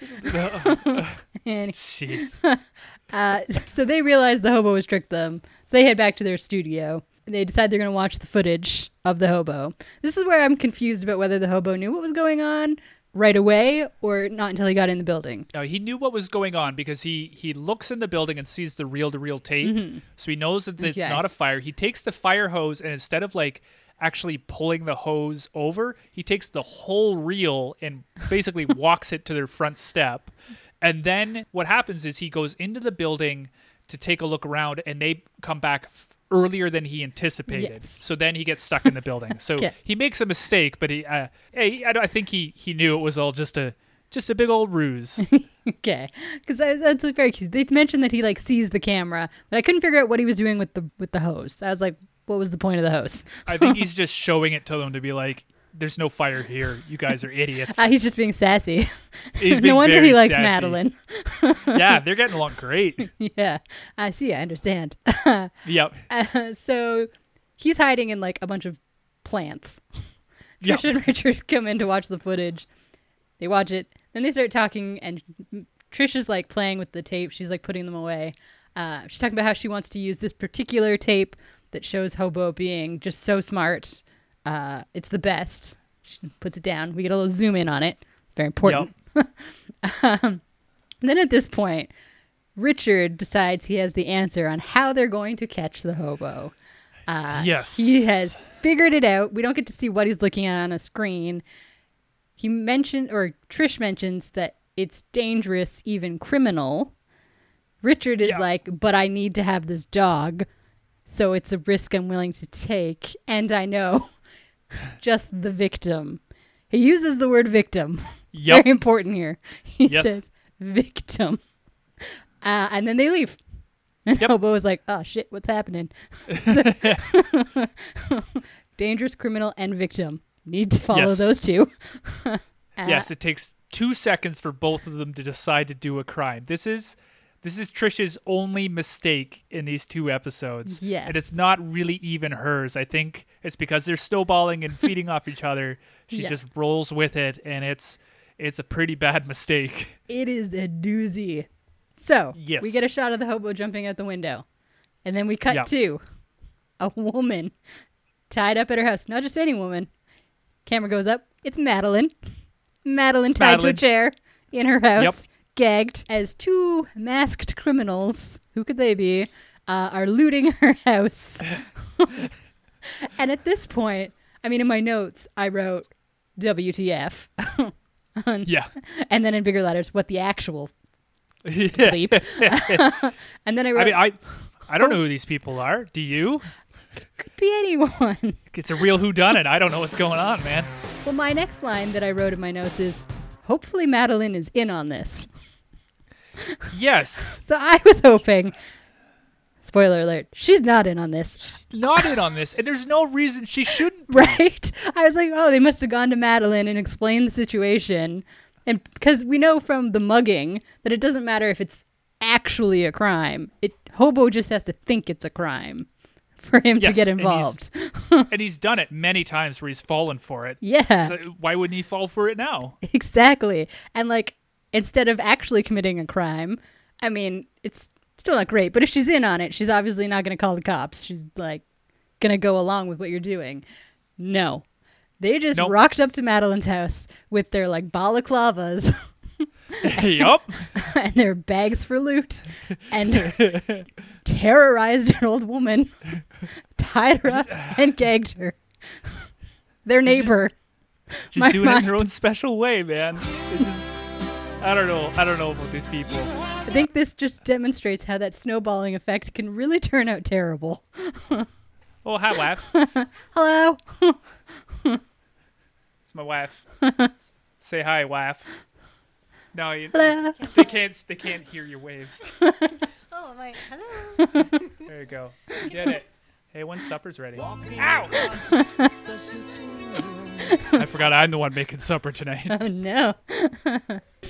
[SPEAKER 1] and
[SPEAKER 2] Jeez.
[SPEAKER 1] Uh, so they realize the hobo has tricked them. So they head back to their studio. And they decide they're going to watch the footage of the hobo. This is where I'm confused about whether the hobo knew what was going on right away or not until he got in the building.
[SPEAKER 2] No, he knew what was going on because he he looks in the building and sees the reel-to-reel tape, so he knows that it's
[SPEAKER 1] Mm-hmm. Okay.
[SPEAKER 2] not a fire. He takes the fire hose and instead of like actually pulling the hose over, he takes the whole reel and basically walks it to their front step. And then what happens is he goes into the building to take a look around, and they come back. F- earlier than he anticipated
[SPEAKER 1] Yes.
[SPEAKER 2] so then he gets stuck in the building so
[SPEAKER 1] Okay.
[SPEAKER 2] he makes a mistake but he uh, hey, I, don't- I think he he knew it was all just a just a big old ruse
[SPEAKER 1] Okay, because that's like, very cute. They mentioned that he like sees the camera, but I couldn't figure out what he was doing with the with the hose. I was like, what was the point of the hose?
[SPEAKER 2] I think he's just showing it to them to be like, "There's no fire here. You guys are idiots."
[SPEAKER 1] Uh, he's just being sassy.
[SPEAKER 2] He's
[SPEAKER 1] no
[SPEAKER 2] being
[SPEAKER 1] wonder
[SPEAKER 2] very
[SPEAKER 1] he likes
[SPEAKER 2] sassy.
[SPEAKER 1] Madeline.
[SPEAKER 2] yeah, they're getting along great.
[SPEAKER 1] yeah, I see. I understand.
[SPEAKER 2] Yep.
[SPEAKER 1] Uh, so he's hiding in like a bunch of plants.
[SPEAKER 2] Yep.
[SPEAKER 1] Trish and Richard come in to watch the footage. They watch it, then they start talking, and Trish is like playing with the tape. She's like putting them away. Uh, she's talking about how she wants to use this particular tape that shows Hobo being just so smart. Uh, it's the best. She puts it down. We get a little zoom in on it. Very important.
[SPEAKER 2] Yep.
[SPEAKER 1] And then at this point, Richard decides he has the answer on how they're going to catch the hobo. Uh,
[SPEAKER 2] yes.
[SPEAKER 1] He has figured it out. We don't get to see what he's looking at on a screen. He mentioned, or Trish mentions, that it's dangerous, even criminal. Richard is
[SPEAKER 2] Yeah.
[SPEAKER 1] like, but I need to have this dog. So it's a risk I'm willing to take. And I know just the victim. He uses the word victim.
[SPEAKER 2] Yep.
[SPEAKER 1] Very important here. He
[SPEAKER 2] Yes.
[SPEAKER 1] says victim. Uh, and then they leave. And
[SPEAKER 2] Yep.
[SPEAKER 1] Hobo is like, oh shit, what's happening? Dangerous criminal and victim. Need to follow
[SPEAKER 2] Yes.
[SPEAKER 1] those two.
[SPEAKER 2] Yes. It takes two seconds for both of them to decide to do a crime. This is. This is Trish's only mistake in these two episodes.
[SPEAKER 1] Yes.
[SPEAKER 2] And it's not really even hers. I think it's because they're snowballing and feeding off each other. She
[SPEAKER 1] Yeah.
[SPEAKER 2] just rolls with it and it's it's a pretty bad mistake.
[SPEAKER 1] It is a doozy. So
[SPEAKER 2] Yes.
[SPEAKER 1] we get a shot of the hobo jumping out the window. And then we cut
[SPEAKER 2] Yeah.
[SPEAKER 1] to a woman tied up at her house. Not just any woman. Camera goes up. It's Madeline. Madeline
[SPEAKER 2] It's
[SPEAKER 1] tied to a
[SPEAKER 2] Madeline.
[SPEAKER 1] chair in her house. gagged as two masked criminals, who could they be, uh, are looting her house. and at this point, I mean, in my notes, I wrote WTF.
[SPEAKER 2] Yeah.
[SPEAKER 1] and then in bigger letters, what the actual
[SPEAKER 2] yeah.
[SPEAKER 1] bleep. and then I wrote,
[SPEAKER 2] I mean, I I don't know
[SPEAKER 1] Oh.
[SPEAKER 2] who these people are. Do you?
[SPEAKER 1] could be anyone.
[SPEAKER 2] It's a real whodunit. I don't know what's going on, man.
[SPEAKER 1] well, my next line that I wrote in my notes is, hopefully Madeline is in on this.
[SPEAKER 2] Yes.
[SPEAKER 1] So I was hoping. Spoiler alert, she's not in on this,
[SPEAKER 2] Not in on this. And there's no reason she shouldn't.
[SPEAKER 1] right? I was like, oh, they must have gone to Madeline and explained the situation. And because we know from the mugging that it doesn't matter if it's actually a crime, it Hobo just has to think it's a crime for him to
[SPEAKER 2] Yes,
[SPEAKER 1] get
[SPEAKER 2] and he's-
[SPEAKER 1] involved.
[SPEAKER 2] And he's done it many times where he's fallen for it.
[SPEAKER 1] Yeah,
[SPEAKER 2] So why wouldn't he fall for it now?
[SPEAKER 1] exactly. And like, instead of actually committing a crime, I mean, it's still not great, but if she's in on it, she's obviously not going to call the cops. She's like, going to go along with what you're doing. No. They just
[SPEAKER 2] Nope.
[SPEAKER 1] rocked up to Madeline's house with their like balaclavas
[SPEAKER 2] yup.
[SPEAKER 1] and their bags for loot and terrorized an old woman, tied her up, and gagged her. Their
[SPEAKER 2] just-
[SPEAKER 1] neighbor.
[SPEAKER 2] She's
[SPEAKER 1] My
[SPEAKER 2] doing it in her own special way, man. It's just, I don't know. I don't know about these people.
[SPEAKER 1] I think this just demonstrates how that snowballing effect can really turn out terrible.
[SPEAKER 2] Oh, hi, wife.
[SPEAKER 1] Hello?
[SPEAKER 2] It's my wife. Say hi, wife. No, you,
[SPEAKER 1] Hello?
[SPEAKER 2] they can't. They can't hear your waves.
[SPEAKER 4] Oh, my, hello.
[SPEAKER 2] There you go. You did it. Hey, when supper's ready. Ow! I forgot I'm the one making supper tonight.
[SPEAKER 1] Oh no.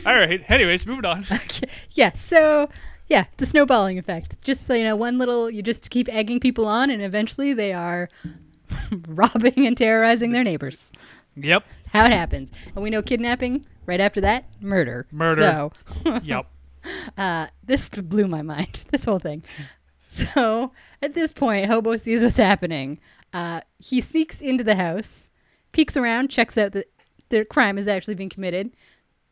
[SPEAKER 2] All right. Anyways, moving on.
[SPEAKER 1] Okay. Yeah, so yeah, the snowballing effect. Just so you know, one little you just keep egging people on and eventually they are robbing and terrorizing their neighbors.
[SPEAKER 2] Yep.
[SPEAKER 1] How it happens. And we know kidnapping, right after that, murder.
[SPEAKER 2] Murder.
[SPEAKER 1] So
[SPEAKER 2] Yep.
[SPEAKER 1] uh, this blew my mind. This whole thing. So at this point, Hobo sees what's happening. Uh, he sneaks into the house, peeks around, checks out that the crime is actually being committed.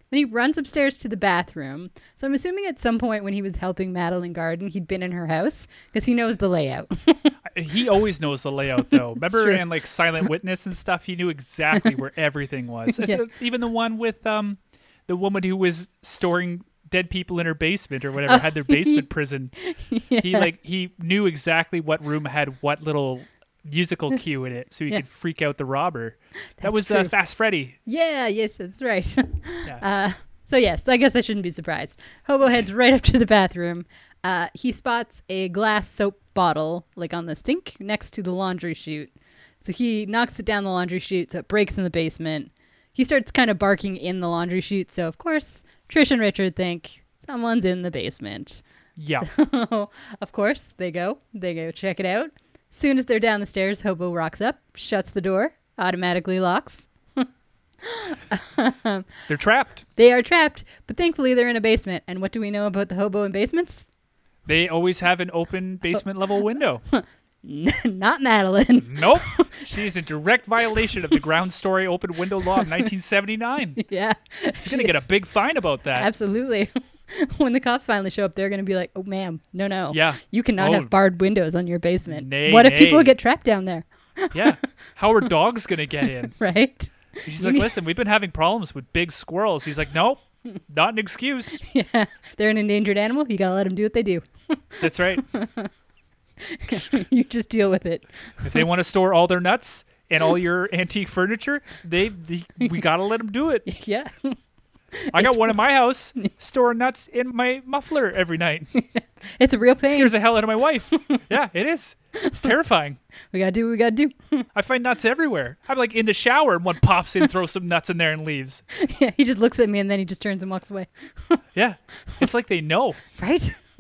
[SPEAKER 1] Then he runs upstairs to the bathroom. So I'm assuming at some point when he was helping Madeline garden, he'd been in her house because he knows the layout.
[SPEAKER 2] He always knows the layout, though. Remember
[SPEAKER 1] true.
[SPEAKER 2] in like Silent Witness and stuff, he knew exactly where everything was.
[SPEAKER 1] Yeah.
[SPEAKER 2] So even the one with um, the woman who was storing dead people in her basement or whatever had
[SPEAKER 1] Oh,
[SPEAKER 2] their basement prison. He like he knew exactly what room had what little musical cue in it, so he could
[SPEAKER 1] Yes.
[SPEAKER 2] freak out the robber. that
[SPEAKER 1] That's
[SPEAKER 2] was uh,
[SPEAKER 1] true.
[SPEAKER 2] Fast Freddy.
[SPEAKER 1] yeah, yes, that's right.
[SPEAKER 2] Yeah.
[SPEAKER 1] Uh, so yes, I guess I shouldn't be surprised. Hobo heads right up to the bathroom. Uh, he spots a glass soap bottle like on the sink next to the laundry chute. So he knocks it down the laundry chute, so it breaks in the basement. He starts kind of barking in the laundry chute, so of course Trish and Richard think someone's in the basement.
[SPEAKER 2] yeah.
[SPEAKER 1] of course they go, they go check it out. Soon as they're down the stairs, Hobo rocks up, shuts the door, automatically locks.
[SPEAKER 2] They're trapped.
[SPEAKER 1] They are trapped, but thankfully they're in a basement. And what do we know about the hobo in basements?
[SPEAKER 2] They always have an open basement level window.
[SPEAKER 1] Not Madeline.
[SPEAKER 2] Nope. She is in direct violation of the ground story open window law of 1979.
[SPEAKER 1] yeah.
[SPEAKER 2] She's going to get a big fine about that.
[SPEAKER 1] Absolutely. when the cops finally show up, they're going to be like, oh, ma'am, no, no.
[SPEAKER 2] Yeah.
[SPEAKER 1] You cannot
[SPEAKER 2] Oh.
[SPEAKER 1] have barred windows on your basement.
[SPEAKER 2] Nay,
[SPEAKER 1] what if people
[SPEAKER 2] nay.
[SPEAKER 1] get trapped down there?
[SPEAKER 2] Yeah. How are dogs going to get in?
[SPEAKER 1] Right?
[SPEAKER 2] She's like, listen, we've been having problems with big squirrels. He's like, nope, not an excuse.
[SPEAKER 1] Yeah. They're an endangered animal. You got to let them do what they do.
[SPEAKER 2] That's right.
[SPEAKER 1] you just deal with it.
[SPEAKER 2] If they want to store all their nuts and all your antique furniture, they, they we got to let them do it.
[SPEAKER 1] Yeah.
[SPEAKER 2] I got one in my house storing nuts in my muffler every night.
[SPEAKER 1] it's a real pain.
[SPEAKER 2] Scares the hell out of my wife. Yeah, it is. It's terrifying.
[SPEAKER 1] we got to do what we got to do.
[SPEAKER 2] I find nuts everywhere. I'm like in the shower and one pops in, throws some nuts in there and leaves.
[SPEAKER 1] yeah. He just looks at me and then he just turns and walks away.
[SPEAKER 2] Yeah. It's like they know.
[SPEAKER 1] Right?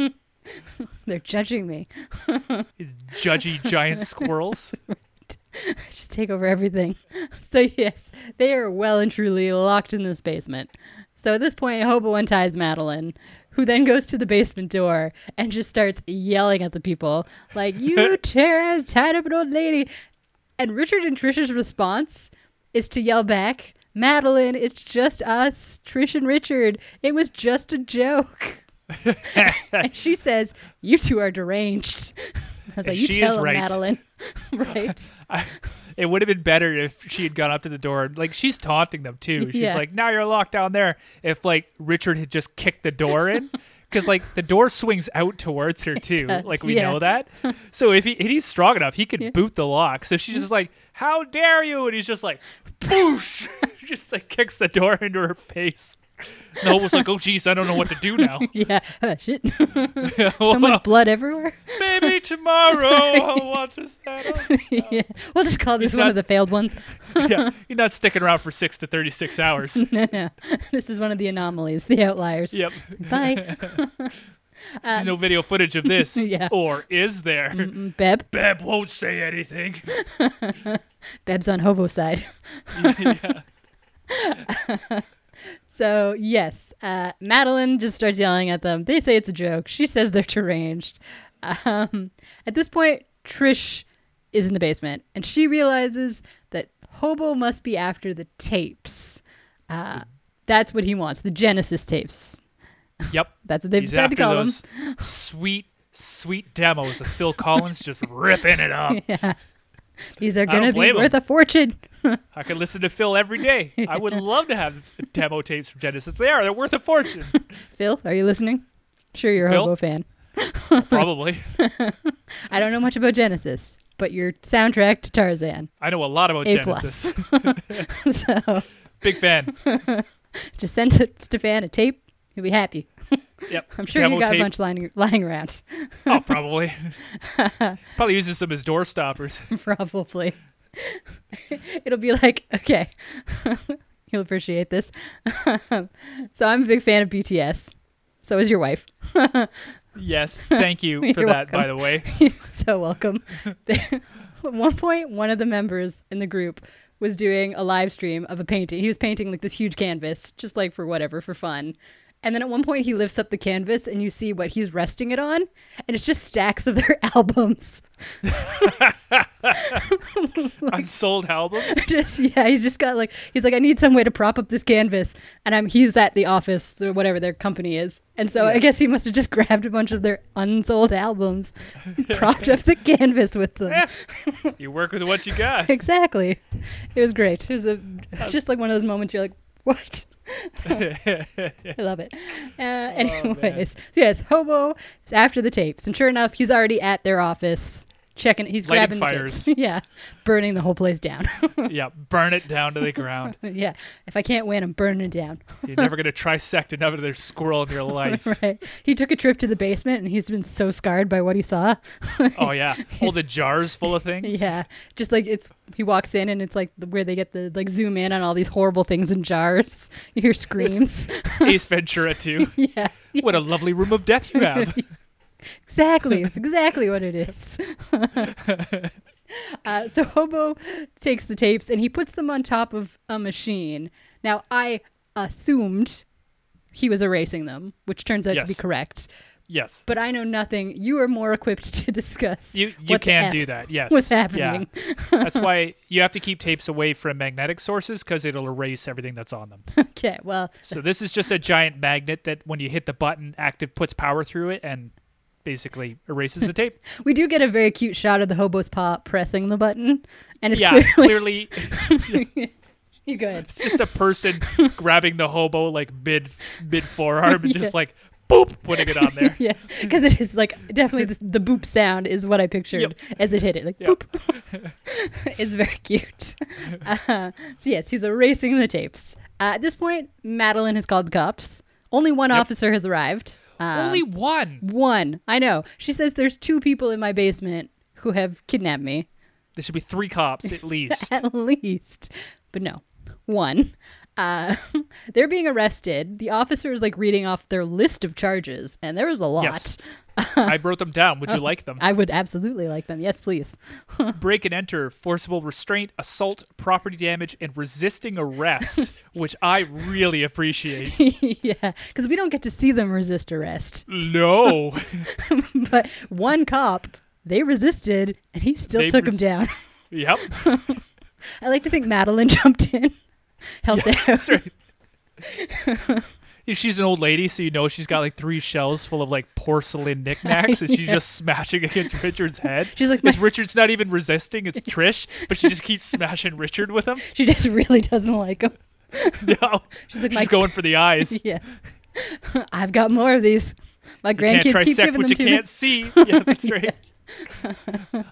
[SPEAKER 1] they're judging me.
[SPEAKER 2] These judgy giant squirrels.
[SPEAKER 1] just take over everything. So yes, they are well and truly locked in this basement. So at this point, Hobo unties Madeline, who then goes to the basement door and just starts yelling at the people, like, "You terrorists tied up an old lady!" And Richard and Trisha's response is to yell back, Madeline, it's just us, Trish and Richard. It was just a joke. and she says, You two are deranged. I was like, You
[SPEAKER 2] She is
[SPEAKER 1] tell him,
[SPEAKER 2] right.
[SPEAKER 1] Madeline. right.
[SPEAKER 2] I, it would have been better if she had gone up to the door. Like she's taunting them too. She's
[SPEAKER 1] Yeah.
[SPEAKER 2] like, "Now you're locked down there." If like Richard had just kicked the door in, because like the door swings out towards her too.
[SPEAKER 1] does,
[SPEAKER 2] like we
[SPEAKER 1] yeah.
[SPEAKER 2] know that. So if he and he's strong enough, he could boot the lock. So she's just like, "How dare you?" And he's just like, "Boosh!" just like kicks the door into her face. And the was like, "Oh geez, I don't know what to do now."
[SPEAKER 1] Yeah. Oh, shit. so much blood everywhere.
[SPEAKER 2] Maybe tomorrow I'll want to settle.
[SPEAKER 1] yeah. We'll just call this one of
[SPEAKER 2] not-
[SPEAKER 1] the failed ones.
[SPEAKER 2] yeah, you're not sticking around for six to thirty-six hours.
[SPEAKER 1] no, no. This is one of the anomalies, the outliers.
[SPEAKER 2] Yep.
[SPEAKER 1] Bye.
[SPEAKER 2] There's no video footage of this.
[SPEAKER 1] Uh, Yeah. Mm.
[SPEAKER 2] Or is there?
[SPEAKER 1] Beb.
[SPEAKER 2] Beb won't say anything.
[SPEAKER 1] Beb's on hobo side. so yes, uh, Madeline just starts yelling at them. They say it's a joke. She says they're deranged. Um, at this point, Trish is in the basement, and she realizes that Hobo must be after the tapes. Uh, that's what he wants, the Genesis tapes.
[SPEAKER 2] Yep.
[SPEAKER 1] That's what they've
[SPEAKER 2] He's
[SPEAKER 1] decided to
[SPEAKER 2] after
[SPEAKER 1] call
[SPEAKER 2] those sweet, sweet demos of Phil Collins just ripping it up.
[SPEAKER 1] them. These are
[SPEAKER 2] don't
[SPEAKER 1] going to be
[SPEAKER 2] blame 'em.
[SPEAKER 1] worth a fortune.
[SPEAKER 2] I could listen to Phil every day. I would love to have demo tapes from Genesis. They are. They're worth a fortune.
[SPEAKER 1] Phil, are you listening? Sure, you're a
[SPEAKER 2] Phil?
[SPEAKER 1] hobo fan.
[SPEAKER 2] Probably.
[SPEAKER 1] I don't know much about Genesis, but your soundtrack to Tarzan.
[SPEAKER 2] I know a lot about
[SPEAKER 1] A plus.
[SPEAKER 2] Genesis.
[SPEAKER 1] so
[SPEAKER 2] Big fan.
[SPEAKER 1] just send to Stefan a tape. He'll be happy.
[SPEAKER 2] Yep.
[SPEAKER 1] I'm sure
[SPEAKER 2] demo
[SPEAKER 1] you got
[SPEAKER 2] tape.
[SPEAKER 1] a bunch lying, lying around.
[SPEAKER 2] Oh, probably. probably uses them as door stoppers.
[SPEAKER 1] Probably. It'll be like, okay, you'll appreciate this. so I'm a big fan of BTS. So is your wife.
[SPEAKER 2] Yes. Thank you for
[SPEAKER 1] You're
[SPEAKER 2] that, by the
[SPEAKER 1] welcome.
[SPEAKER 2] way.
[SPEAKER 1] You're so welcome. At one point, one of the members in the group was doing a live stream of a painting. He was painting like this huge canvas, just like for whatever, for fun. And then at one point, he lifts up the canvas and you see what he's resting it on. And it's just stacks of their albums.
[SPEAKER 2] Unsold albums.
[SPEAKER 1] just, yeah, he's just got like, he's like, I need some way to prop up this canvas. And I'm, he's at the office or whatever their company is. And so I guess he must have just grabbed a bunch of their unsold albums, and propped up the canvas with them.
[SPEAKER 2] You work with what you got.
[SPEAKER 1] exactly. It was great. It was a, just like one of those moments you're like, what? I love it. Uh, anyways, so yes, Hobo is after the tapes, and sure enough, he's already at their office checking. He's
[SPEAKER 2] Lighting
[SPEAKER 1] grabbing the tapes. yeah, burning the whole place down.
[SPEAKER 2] yeah, burn it down to the ground.
[SPEAKER 1] yeah, if I can't win, I'm burning it down.
[SPEAKER 2] You're never gonna trisect another squirrel in your life.
[SPEAKER 1] right. He took a trip to the basement, and he's been so scarred by what he saw.
[SPEAKER 2] Oh yeah, all the jars full of things.
[SPEAKER 1] Yeah, just like it's he walks in and it's like the, where they get the like zoom in on all these horrible things in jars. You hear screams.
[SPEAKER 2] Ace Ventura too.
[SPEAKER 1] yeah,
[SPEAKER 2] What a lovely room of death you have.
[SPEAKER 1] exactly. It's exactly what it is. uh, so Hobo takes the tapes and he puts them on top of a machine. Now I assumed he was erasing them, which turns out to be
[SPEAKER 2] Yes.
[SPEAKER 1] correct.
[SPEAKER 2] Yes.
[SPEAKER 1] But I know nothing. You are more equipped to discuss.
[SPEAKER 2] You you
[SPEAKER 1] what the
[SPEAKER 2] can
[SPEAKER 1] F
[SPEAKER 2] do that. Yes.
[SPEAKER 1] was
[SPEAKER 2] Yeah.
[SPEAKER 1] happening.
[SPEAKER 2] That's why you have to keep tapes away from magnetic sources because it'll erase everything that's on them.
[SPEAKER 1] Okay, well,
[SPEAKER 2] So this is just a giant magnet that when you hit the button, active puts power through it and basically erases the tape.
[SPEAKER 1] We do get a very cute shot of the hobo's paw pressing the button, and it's
[SPEAKER 2] Yeah,
[SPEAKER 1] clearly
[SPEAKER 2] clearly
[SPEAKER 1] you go ahead.
[SPEAKER 2] It's just a person grabbing the hobo like mid mid forearm and just
[SPEAKER 1] Yeah.
[SPEAKER 2] like boop putting it on there.
[SPEAKER 1] Yeah, because it is like definitely the, the boop sound is what I pictured as it hit it, like
[SPEAKER 2] Yep.
[SPEAKER 1] boop. it's very cute. Uh, so yes, he's erasing the tapes. Uh, at this point, Madeline has called the cops. Only one officer has arrived. Uh,
[SPEAKER 2] Only one.
[SPEAKER 1] one. I know. She says there's two people in my basement who have kidnapped me.
[SPEAKER 2] There should be three cops at least.
[SPEAKER 1] at least. But no, one. Uh, they're being arrested. The officer is like reading off their list of charges, and there was a lot.
[SPEAKER 2] Yes. I wrote them down. Would you like them?
[SPEAKER 1] I would absolutely like them. Yes, please.
[SPEAKER 2] Break and enter, forcible restraint, assault, property damage, and resisting arrest, which I really appreciate.
[SPEAKER 1] yeah, because we don't get to see them resist arrest.
[SPEAKER 2] No.
[SPEAKER 1] But one cop, they resisted, and he still
[SPEAKER 2] They
[SPEAKER 1] took
[SPEAKER 2] res-
[SPEAKER 1] him down.
[SPEAKER 2] Yep.
[SPEAKER 1] I like to think Madeline jumped in. held down.
[SPEAKER 2] That's right. Yeah, She's an old lady, so you know she's got like three shelves full of like porcelain knickknacks, and she's just smashing against Richard's head.
[SPEAKER 1] She's like,
[SPEAKER 2] because
[SPEAKER 1] "My-"
[SPEAKER 2] Richard's not even resisting. It's Trish, but she just keeps smashing Richard with him.
[SPEAKER 1] She just really doesn't like him.
[SPEAKER 2] No, she's,
[SPEAKER 1] She's like, my,
[SPEAKER 2] going for the eyes.
[SPEAKER 1] yeah. I've got more of these. My
[SPEAKER 2] You
[SPEAKER 1] grandkids
[SPEAKER 2] can't
[SPEAKER 1] keep
[SPEAKER 2] trisect
[SPEAKER 1] giving
[SPEAKER 2] what
[SPEAKER 1] them
[SPEAKER 2] you
[SPEAKER 1] to me.
[SPEAKER 2] can't see. Yeah, that's right.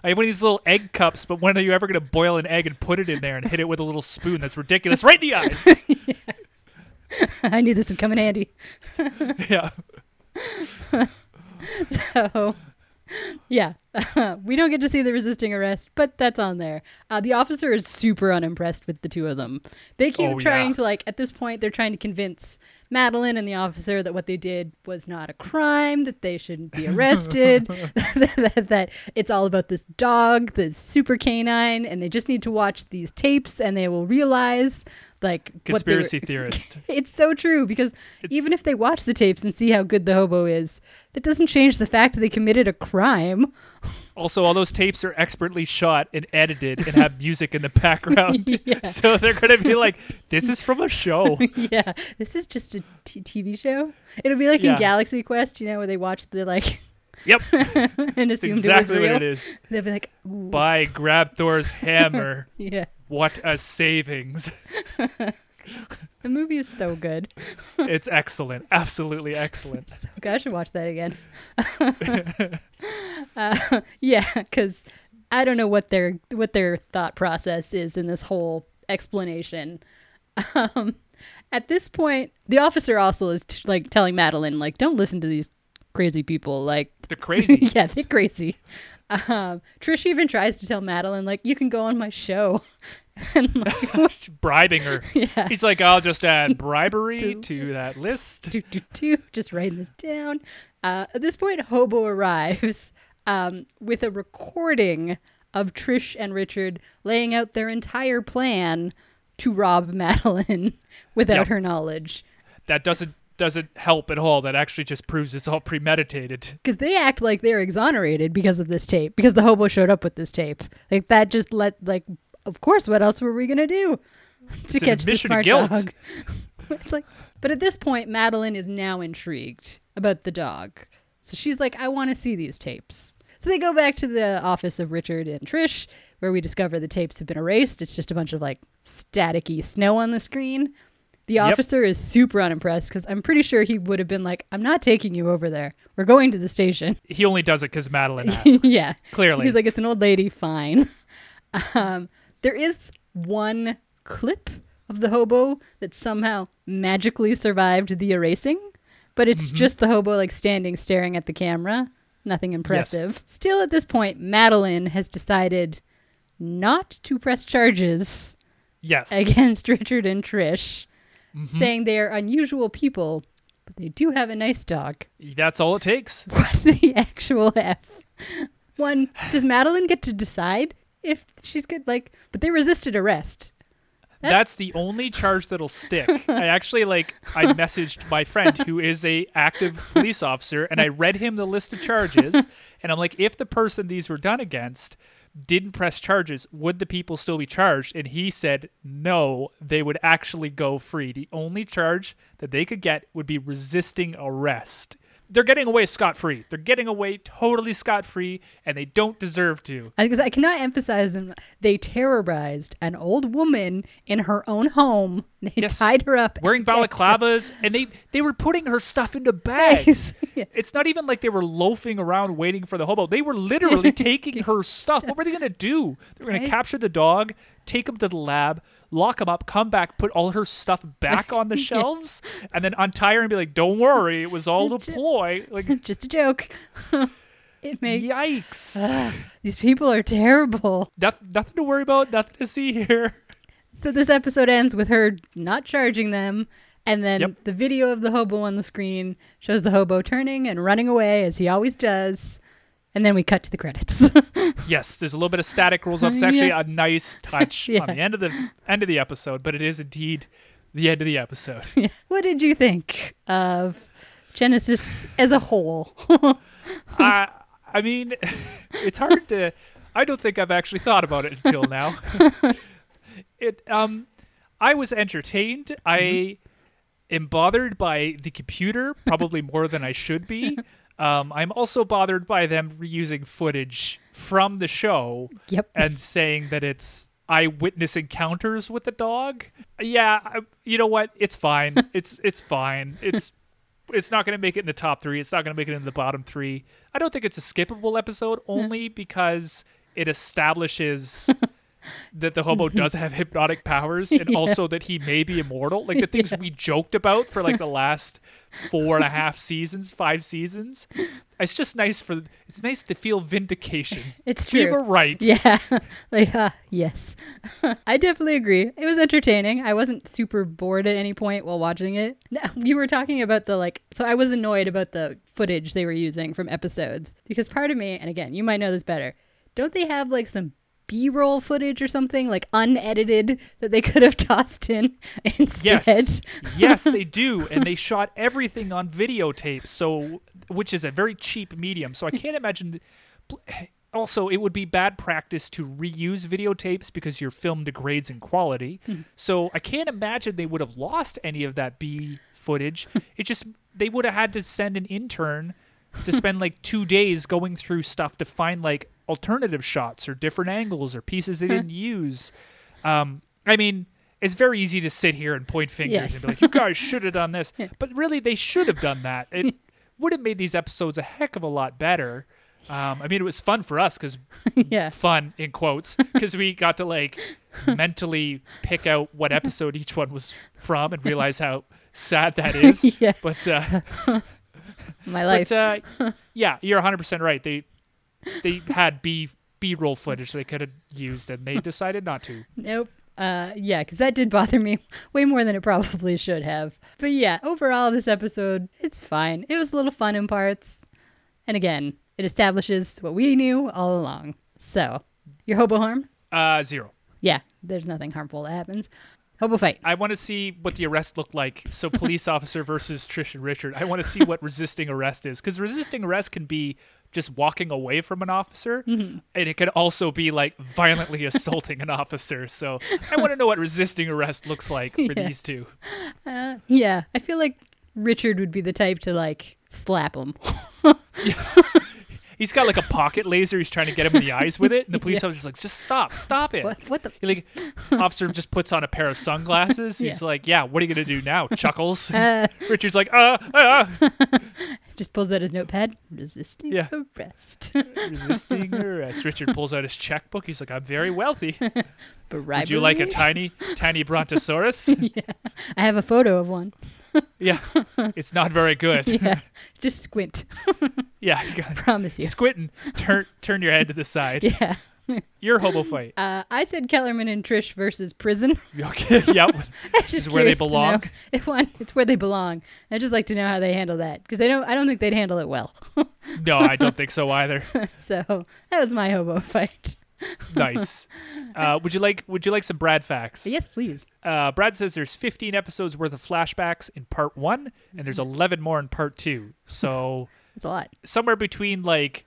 [SPEAKER 2] I have one of these little egg cups, but when are you ever going to boil an egg and put it in there and hit it with a little spoon? That's ridiculous. Right in the eyes.
[SPEAKER 1] I knew this would come in handy.
[SPEAKER 2] Yeah.
[SPEAKER 1] So, yeah, we don't get to see the resisting arrest, but that's on there. Uh, the officer is super unimpressed with the two of them. They keep
[SPEAKER 2] Oh, yeah.
[SPEAKER 1] trying to, like, at this point, they're trying to convince Madeline and the officer that what they did was not a crime, that they shouldn't be arrested, that, that, that it's all about this dog, this super canine, and they just need to watch these tapes and they will realize, like, what they were-
[SPEAKER 2] Conspiracy theorist.
[SPEAKER 1] it's so true because even if they watch the tapes and see how good the hobo is, that doesn't change the fact that they committed a crime.
[SPEAKER 2] Also, all those tapes are expertly shot and edited and have music in the background.
[SPEAKER 1] Yeah.
[SPEAKER 2] So they're going to be like, this is from a show.
[SPEAKER 1] yeah, this is just a t- TV show. It'll be like in
[SPEAKER 2] Yeah.
[SPEAKER 1] Galaxy Quest, you know, where they watch the like
[SPEAKER 2] Yep. That's
[SPEAKER 1] and assumed
[SPEAKER 2] exactly
[SPEAKER 1] it was real.
[SPEAKER 2] what it is.
[SPEAKER 1] They'll be like, Ooh,
[SPEAKER 2] By Grab Thor's Hammer.
[SPEAKER 1] yeah,
[SPEAKER 2] What a savings.
[SPEAKER 1] the movie is so good.
[SPEAKER 2] It's excellent. Absolutely excellent.
[SPEAKER 1] Okay, I should watch that again. uh, yeah, because I don't know what their what their thought process is in this whole explanation. Um, at this point, the officer also is t- like telling Madeline, like, don't listen to these crazy people. Like,
[SPEAKER 2] They're crazy.
[SPEAKER 1] yeah, they're crazy. Um, Trish even tries to tell Madeline, like, you can go on my show. and like,
[SPEAKER 2] Just bribing her.
[SPEAKER 1] Yeah.
[SPEAKER 2] He's like, I'll just add bribery to that list.
[SPEAKER 1] do, do, do. Just writing this down. Uh, at this point, Hobo arrives um, with a recording of Trish and Richard laying out their entire plan to rob Madeline without
[SPEAKER 2] Yep.
[SPEAKER 1] her knowledge.
[SPEAKER 2] That doesn't doesn't help at all. That actually just proves it's all premeditated.
[SPEAKER 1] Because they act like they're exonerated because of this tape, because the hobo showed up with this tape. Like, that just let, like, of course, what else were we going to do to catch
[SPEAKER 2] an
[SPEAKER 1] the
[SPEAKER 2] admission
[SPEAKER 1] smart
[SPEAKER 2] of guilt.
[SPEAKER 1] dog? it's like, but at this point, Madeline is now intrigued about the dog. So she's like, I want to see these tapes. So they go back to the office of Richard and Trish, where we discover the tapes have been erased. It's just a bunch of like staticky snow on the screen. The officer is super unimpressed because I'm pretty sure he would have been like, I'm not taking you over there. We're going to the station.
[SPEAKER 2] He only does it because Madeline asks.
[SPEAKER 1] yeah.
[SPEAKER 2] Clearly.
[SPEAKER 1] He's like, it's an old lady. Fine. Um, there is one clip of the hobo that somehow magically survived the erasing, but it's just the hobo like standing staring at the camera. Nothing impressive. Still, at this point, Madeline has decided not to press charges
[SPEAKER 2] Yes.
[SPEAKER 1] against Richard and Trish,
[SPEAKER 2] Mm-hmm.
[SPEAKER 1] saying they are unusual people, but they do have a nice dog.
[SPEAKER 2] That's all it takes.
[SPEAKER 1] What the actual F? One, does Madeline get to decide if she's good? Like, but they resisted arrest.
[SPEAKER 2] That's the only charge that'll stick. I actually like I messaged my friend who is a active police officer and I read him the list of charges and I'm like if the person these were done against didn't press charges, would the people still be charged? And he said no, they would actually go free. The only charge that they could get would be resisting arrest. They're getting away scot free. They're getting away totally scot free and they don't deserve to.
[SPEAKER 1] Because I cannot emphasize them. They terrorized an old woman in her own home. They
[SPEAKER 2] Yes.
[SPEAKER 1] tied her up.
[SPEAKER 2] wearing
[SPEAKER 1] and decked her.
[SPEAKER 2] balaclavas and they they were putting her stuff into bags
[SPEAKER 1] Yeah.
[SPEAKER 2] it's not even like they were loafing around waiting for the hobo they were literally taking her stuff what were they going to do they were going
[SPEAKER 1] Right.
[SPEAKER 2] to capture the dog take him to the lab lock him up come back put all her stuff back on the shelves and then untie her and be like don't worry it was all a
[SPEAKER 1] Just-
[SPEAKER 2] ploy like
[SPEAKER 1] Just a joke. it makes
[SPEAKER 2] yikes
[SPEAKER 1] these people are terrible.
[SPEAKER 2] Noth- nothing to worry about nothing to see here
[SPEAKER 1] So this episode ends with her not charging them, and then
[SPEAKER 2] Yep.
[SPEAKER 1] the video of the hobo on the screen shows the hobo turning and running away as he always does, and then we cut to the credits.
[SPEAKER 2] Yes, there's a little bit of static rolls up. It's actually
[SPEAKER 1] Yeah.
[SPEAKER 2] a nice touch
[SPEAKER 1] Yeah.
[SPEAKER 2] on the end of the end of the episode, but it is indeed the end of the episode.
[SPEAKER 1] what did you think of Genesis as a whole?
[SPEAKER 2] I I mean, it's hard to. I don't think I've actually thought about it until now. It um, I was entertained.
[SPEAKER 1] Mm-hmm.
[SPEAKER 2] I am bothered by the computer probably more than I should be. Um, I'm also bothered by them reusing footage from the show
[SPEAKER 1] Yep.
[SPEAKER 2] and saying that it's eyewitness encounters with the dog. Yeah, I, you know what? It's fine. It's it's fine. It's it's not going to make it in the top 3. It's not going to make it in the bottom 3. I don't think it's a skippable episode only because it establishes that the
[SPEAKER 1] Mm-hmm.
[SPEAKER 2] hobo does have hypnotic powers and also that he may be immortal. Like the things we joked about for like the last four and a half seasons, five seasons. It's just nice for it's nice to feel vindication.
[SPEAKER 1] It's
[SPEAKER 2] We
[SPEAKER 1] true.
[SPEAKER 2] were right.
[SPEAKER 1] Yeah. like, uh, yes. I definitely agree. It was entertaining. I wasn't super bored at any point while watching it. Now, You were talking about the, like, so I was annoyed about the footage they were using from episodes because part of me, and again, you might know this better, don't they have, like, some B roll footage or something, like unedited, that they could have tossed in instead?
[SPEAKER 2] Yes. yes, they do. And they shot everything on videotape, so which is a very cheap medium. So I can't imagine also it would be bad practice to reuse videotapes because your film degrades in quality. So I can't imagine they would have lost any of that B footage. It just they would have had to send an intern to spend like 2 days going through stuff to find like alternative shots or different angles or pieces they didn't use. Um, I mean, it's very easy to sit here and point fingers
[SPEAKER 1] Yes.
[SPEAKER 2] and be like, "You guys should have done this," but really, they should have done that. It would have made these episodes a heck of a lot better. Um, I mean, it was fun for us because
[SPEAKER 1] yeah.
[SPEAKER 2] fun in quotes because we got to like mentally pick out what episode each one was from and realize how sad that is.
[SPEAKER 1] Yeah.
[SPEAKER 2] But uh,
[SPEAKER 1] My life.
[SPEAKER 2] but uh, yeah, you're 100 percent right. They they had B B roll footage they could have used and they decided not to.
[SPEAKER 1] Nope. Uh, yeah, because that did bother me way more than it probably should have. But yeah, overall, this episode, it's fine. It was a little fun in parts. And again, it establishes what we knew all along. So, your hobo harm?
[SPEAKER 2] Uh, zero.
[SPEAKER 1] Yeah, there's nothing harmful that happens. Hobo fight.
[SPEAKER 2] I want to see what the arrest looked like. So police officer versus Trish and Richard. I want to see what resisting arrest is because resisting arrest can be just walking away from an officer,
[SPEAKER 1] Mm-hmm.
[SPEAKER 2] and it can also be like violently assaulting an officer. So I want to know what resisting arrest looks like for
[SPEAKER 1] Yeah.
[SPEAKER 2] these two.
[SPEAKER 1] Yeah, I feel like Richard would be the type to like slap him.
[SPEAKER 2] He's got like a pocket laser. He's trying to get him in the eyes with it, and the police officer's like, "Just stop, stop it."
[SPEAKER 1] What- what the-
[SPEAKER 2] He, like officer just puts on a pair of sunglasses. He's
[SPEAKER 1] Yeah. Uh,
[SPEAKER 2] like, "Yeah, what are you gonna do now?" Chuckles. Richard's like, "Uh, uh."
[SPEAKER 1] Just pulls out his notepad. Resisting
[SPEAKER 2] Yeah.
[SPEAKER 1] arrest.
[SPEAKER 2] resisting arrest. Richard pulls out his checkbook. He's like, "I'm very wealthy. Would
[SPEAKER 1] Bribery.
[SPEAKER 2] you like a tiny, tiny brontosaurus?"
[SPEAKER 1] I have a photo of one.
[SPEAKER 2] yeah, it's not very good.
[SPEAKER 1] Yeah. Just squint.
[SPEAKER 2] Yeah, you got
[SPEAKER 1] Promise you.
[SPEAKER 2] squinting. Turn, turn your head to the side.
[SPEAKER 1] Yeah.
[SPEAKER 2] Your hobo fight.
[SPEAKER 1] Uh, I said Kellerman and Trish versus prison.
[SPEAKER 2] You okay? yep.
[SPEAKER 1] This
[SPEAKER 2] is where they belong?
[SPEAKER 1] If one, it's where they belong. I just like to know how they handle that because they don't. I don't think they'd handle it well.
[SPEAKER 2] No, I don't think so either.
[SPEAKER 1] so that was my hobo fight.
[SPEAKER 2] Nice. Uh, would you like? Would you like some Brad facts?
[SPEAKER 1] Yes, please.
[SPEAKER 2] Uh, Brad says there's 15 episodes worth of flashbacks in part one, and there's
[SPEAKER 1] Mm-hmm.
[SPEAKER 2] 11 more in part two. So.
[SPEAKER 1] That's a lot.
[SPEAKER 2] somewhere between like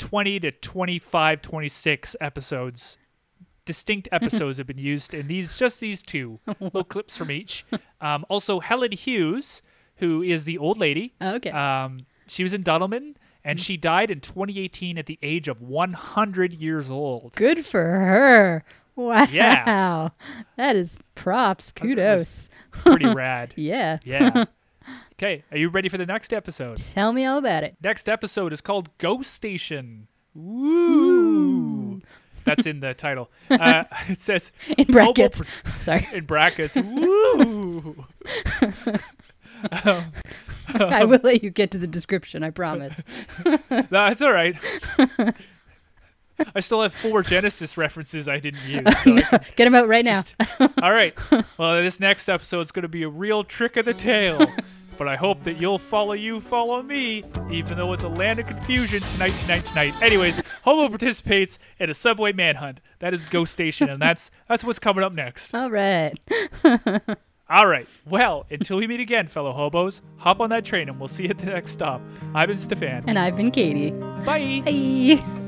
[SPEAKER 2] 20 to 25 26 episodes distinct episodes have been used and these just these two little clips from each um, also helen hughes who is the old lady
[SPEAKER 1] Oh, okay.
[SPEAKER 2] um, she was in Duddleman, and she died in 2018 at the age of 100 years old
[SPEAKER 1] Good for her. Wow.
[SPEAKER 2] Yeah.
[SPEAKER 1] That is props.
[SPEAKER 2] thought that
[SPEAKER 1] Kudos.
[SPEAKER 2] was pretty rad
[SPEAKER 1] Yeah.
[SPEAKER 2] yeah okay are you ready for the next episode
[SPEAKER 1] Tell me all about it.
[SPEAKER 2] Next episode is called Ghost Station. Woo! That's in the title. Uh, it says
[SPEAKER 1] In
[SPEAKER 2] Hobo
[SPEAKER 1] brackets.
[SPEAKER 2] Pro-
[SPEAKER 1] Sorry.
[SPEAKER 2] in brackets. Woo!
[SPEAKER 1] I will let you get to the description. I promise.
[SPEAKER 2] That's all right. I still have four Genesis references I didn't use. So I can
[SPEAKER 1] Get him out right now.
[SPEAKER 2] just- all right. Well, this next episode is going to be a real trick of the tail. But I hope that you'll follow you, follow me, even though it's a land of confusion tonight, tonight, tonight. Anyways, Homo participates in a subway manhunt. That is Ghost Station, and that's that's what's coming up next.
[SPEAKER 1] All right.
[SPEAKER 2] All right. Well, until we meet again, fellow hobos, hop on that train, and we'll see you at the next stop. I've been Stefan.
[SPEAKER 1] And I've been Katie.
[SPEAKER 2] Bye.
[SPEAKER 1] Bye.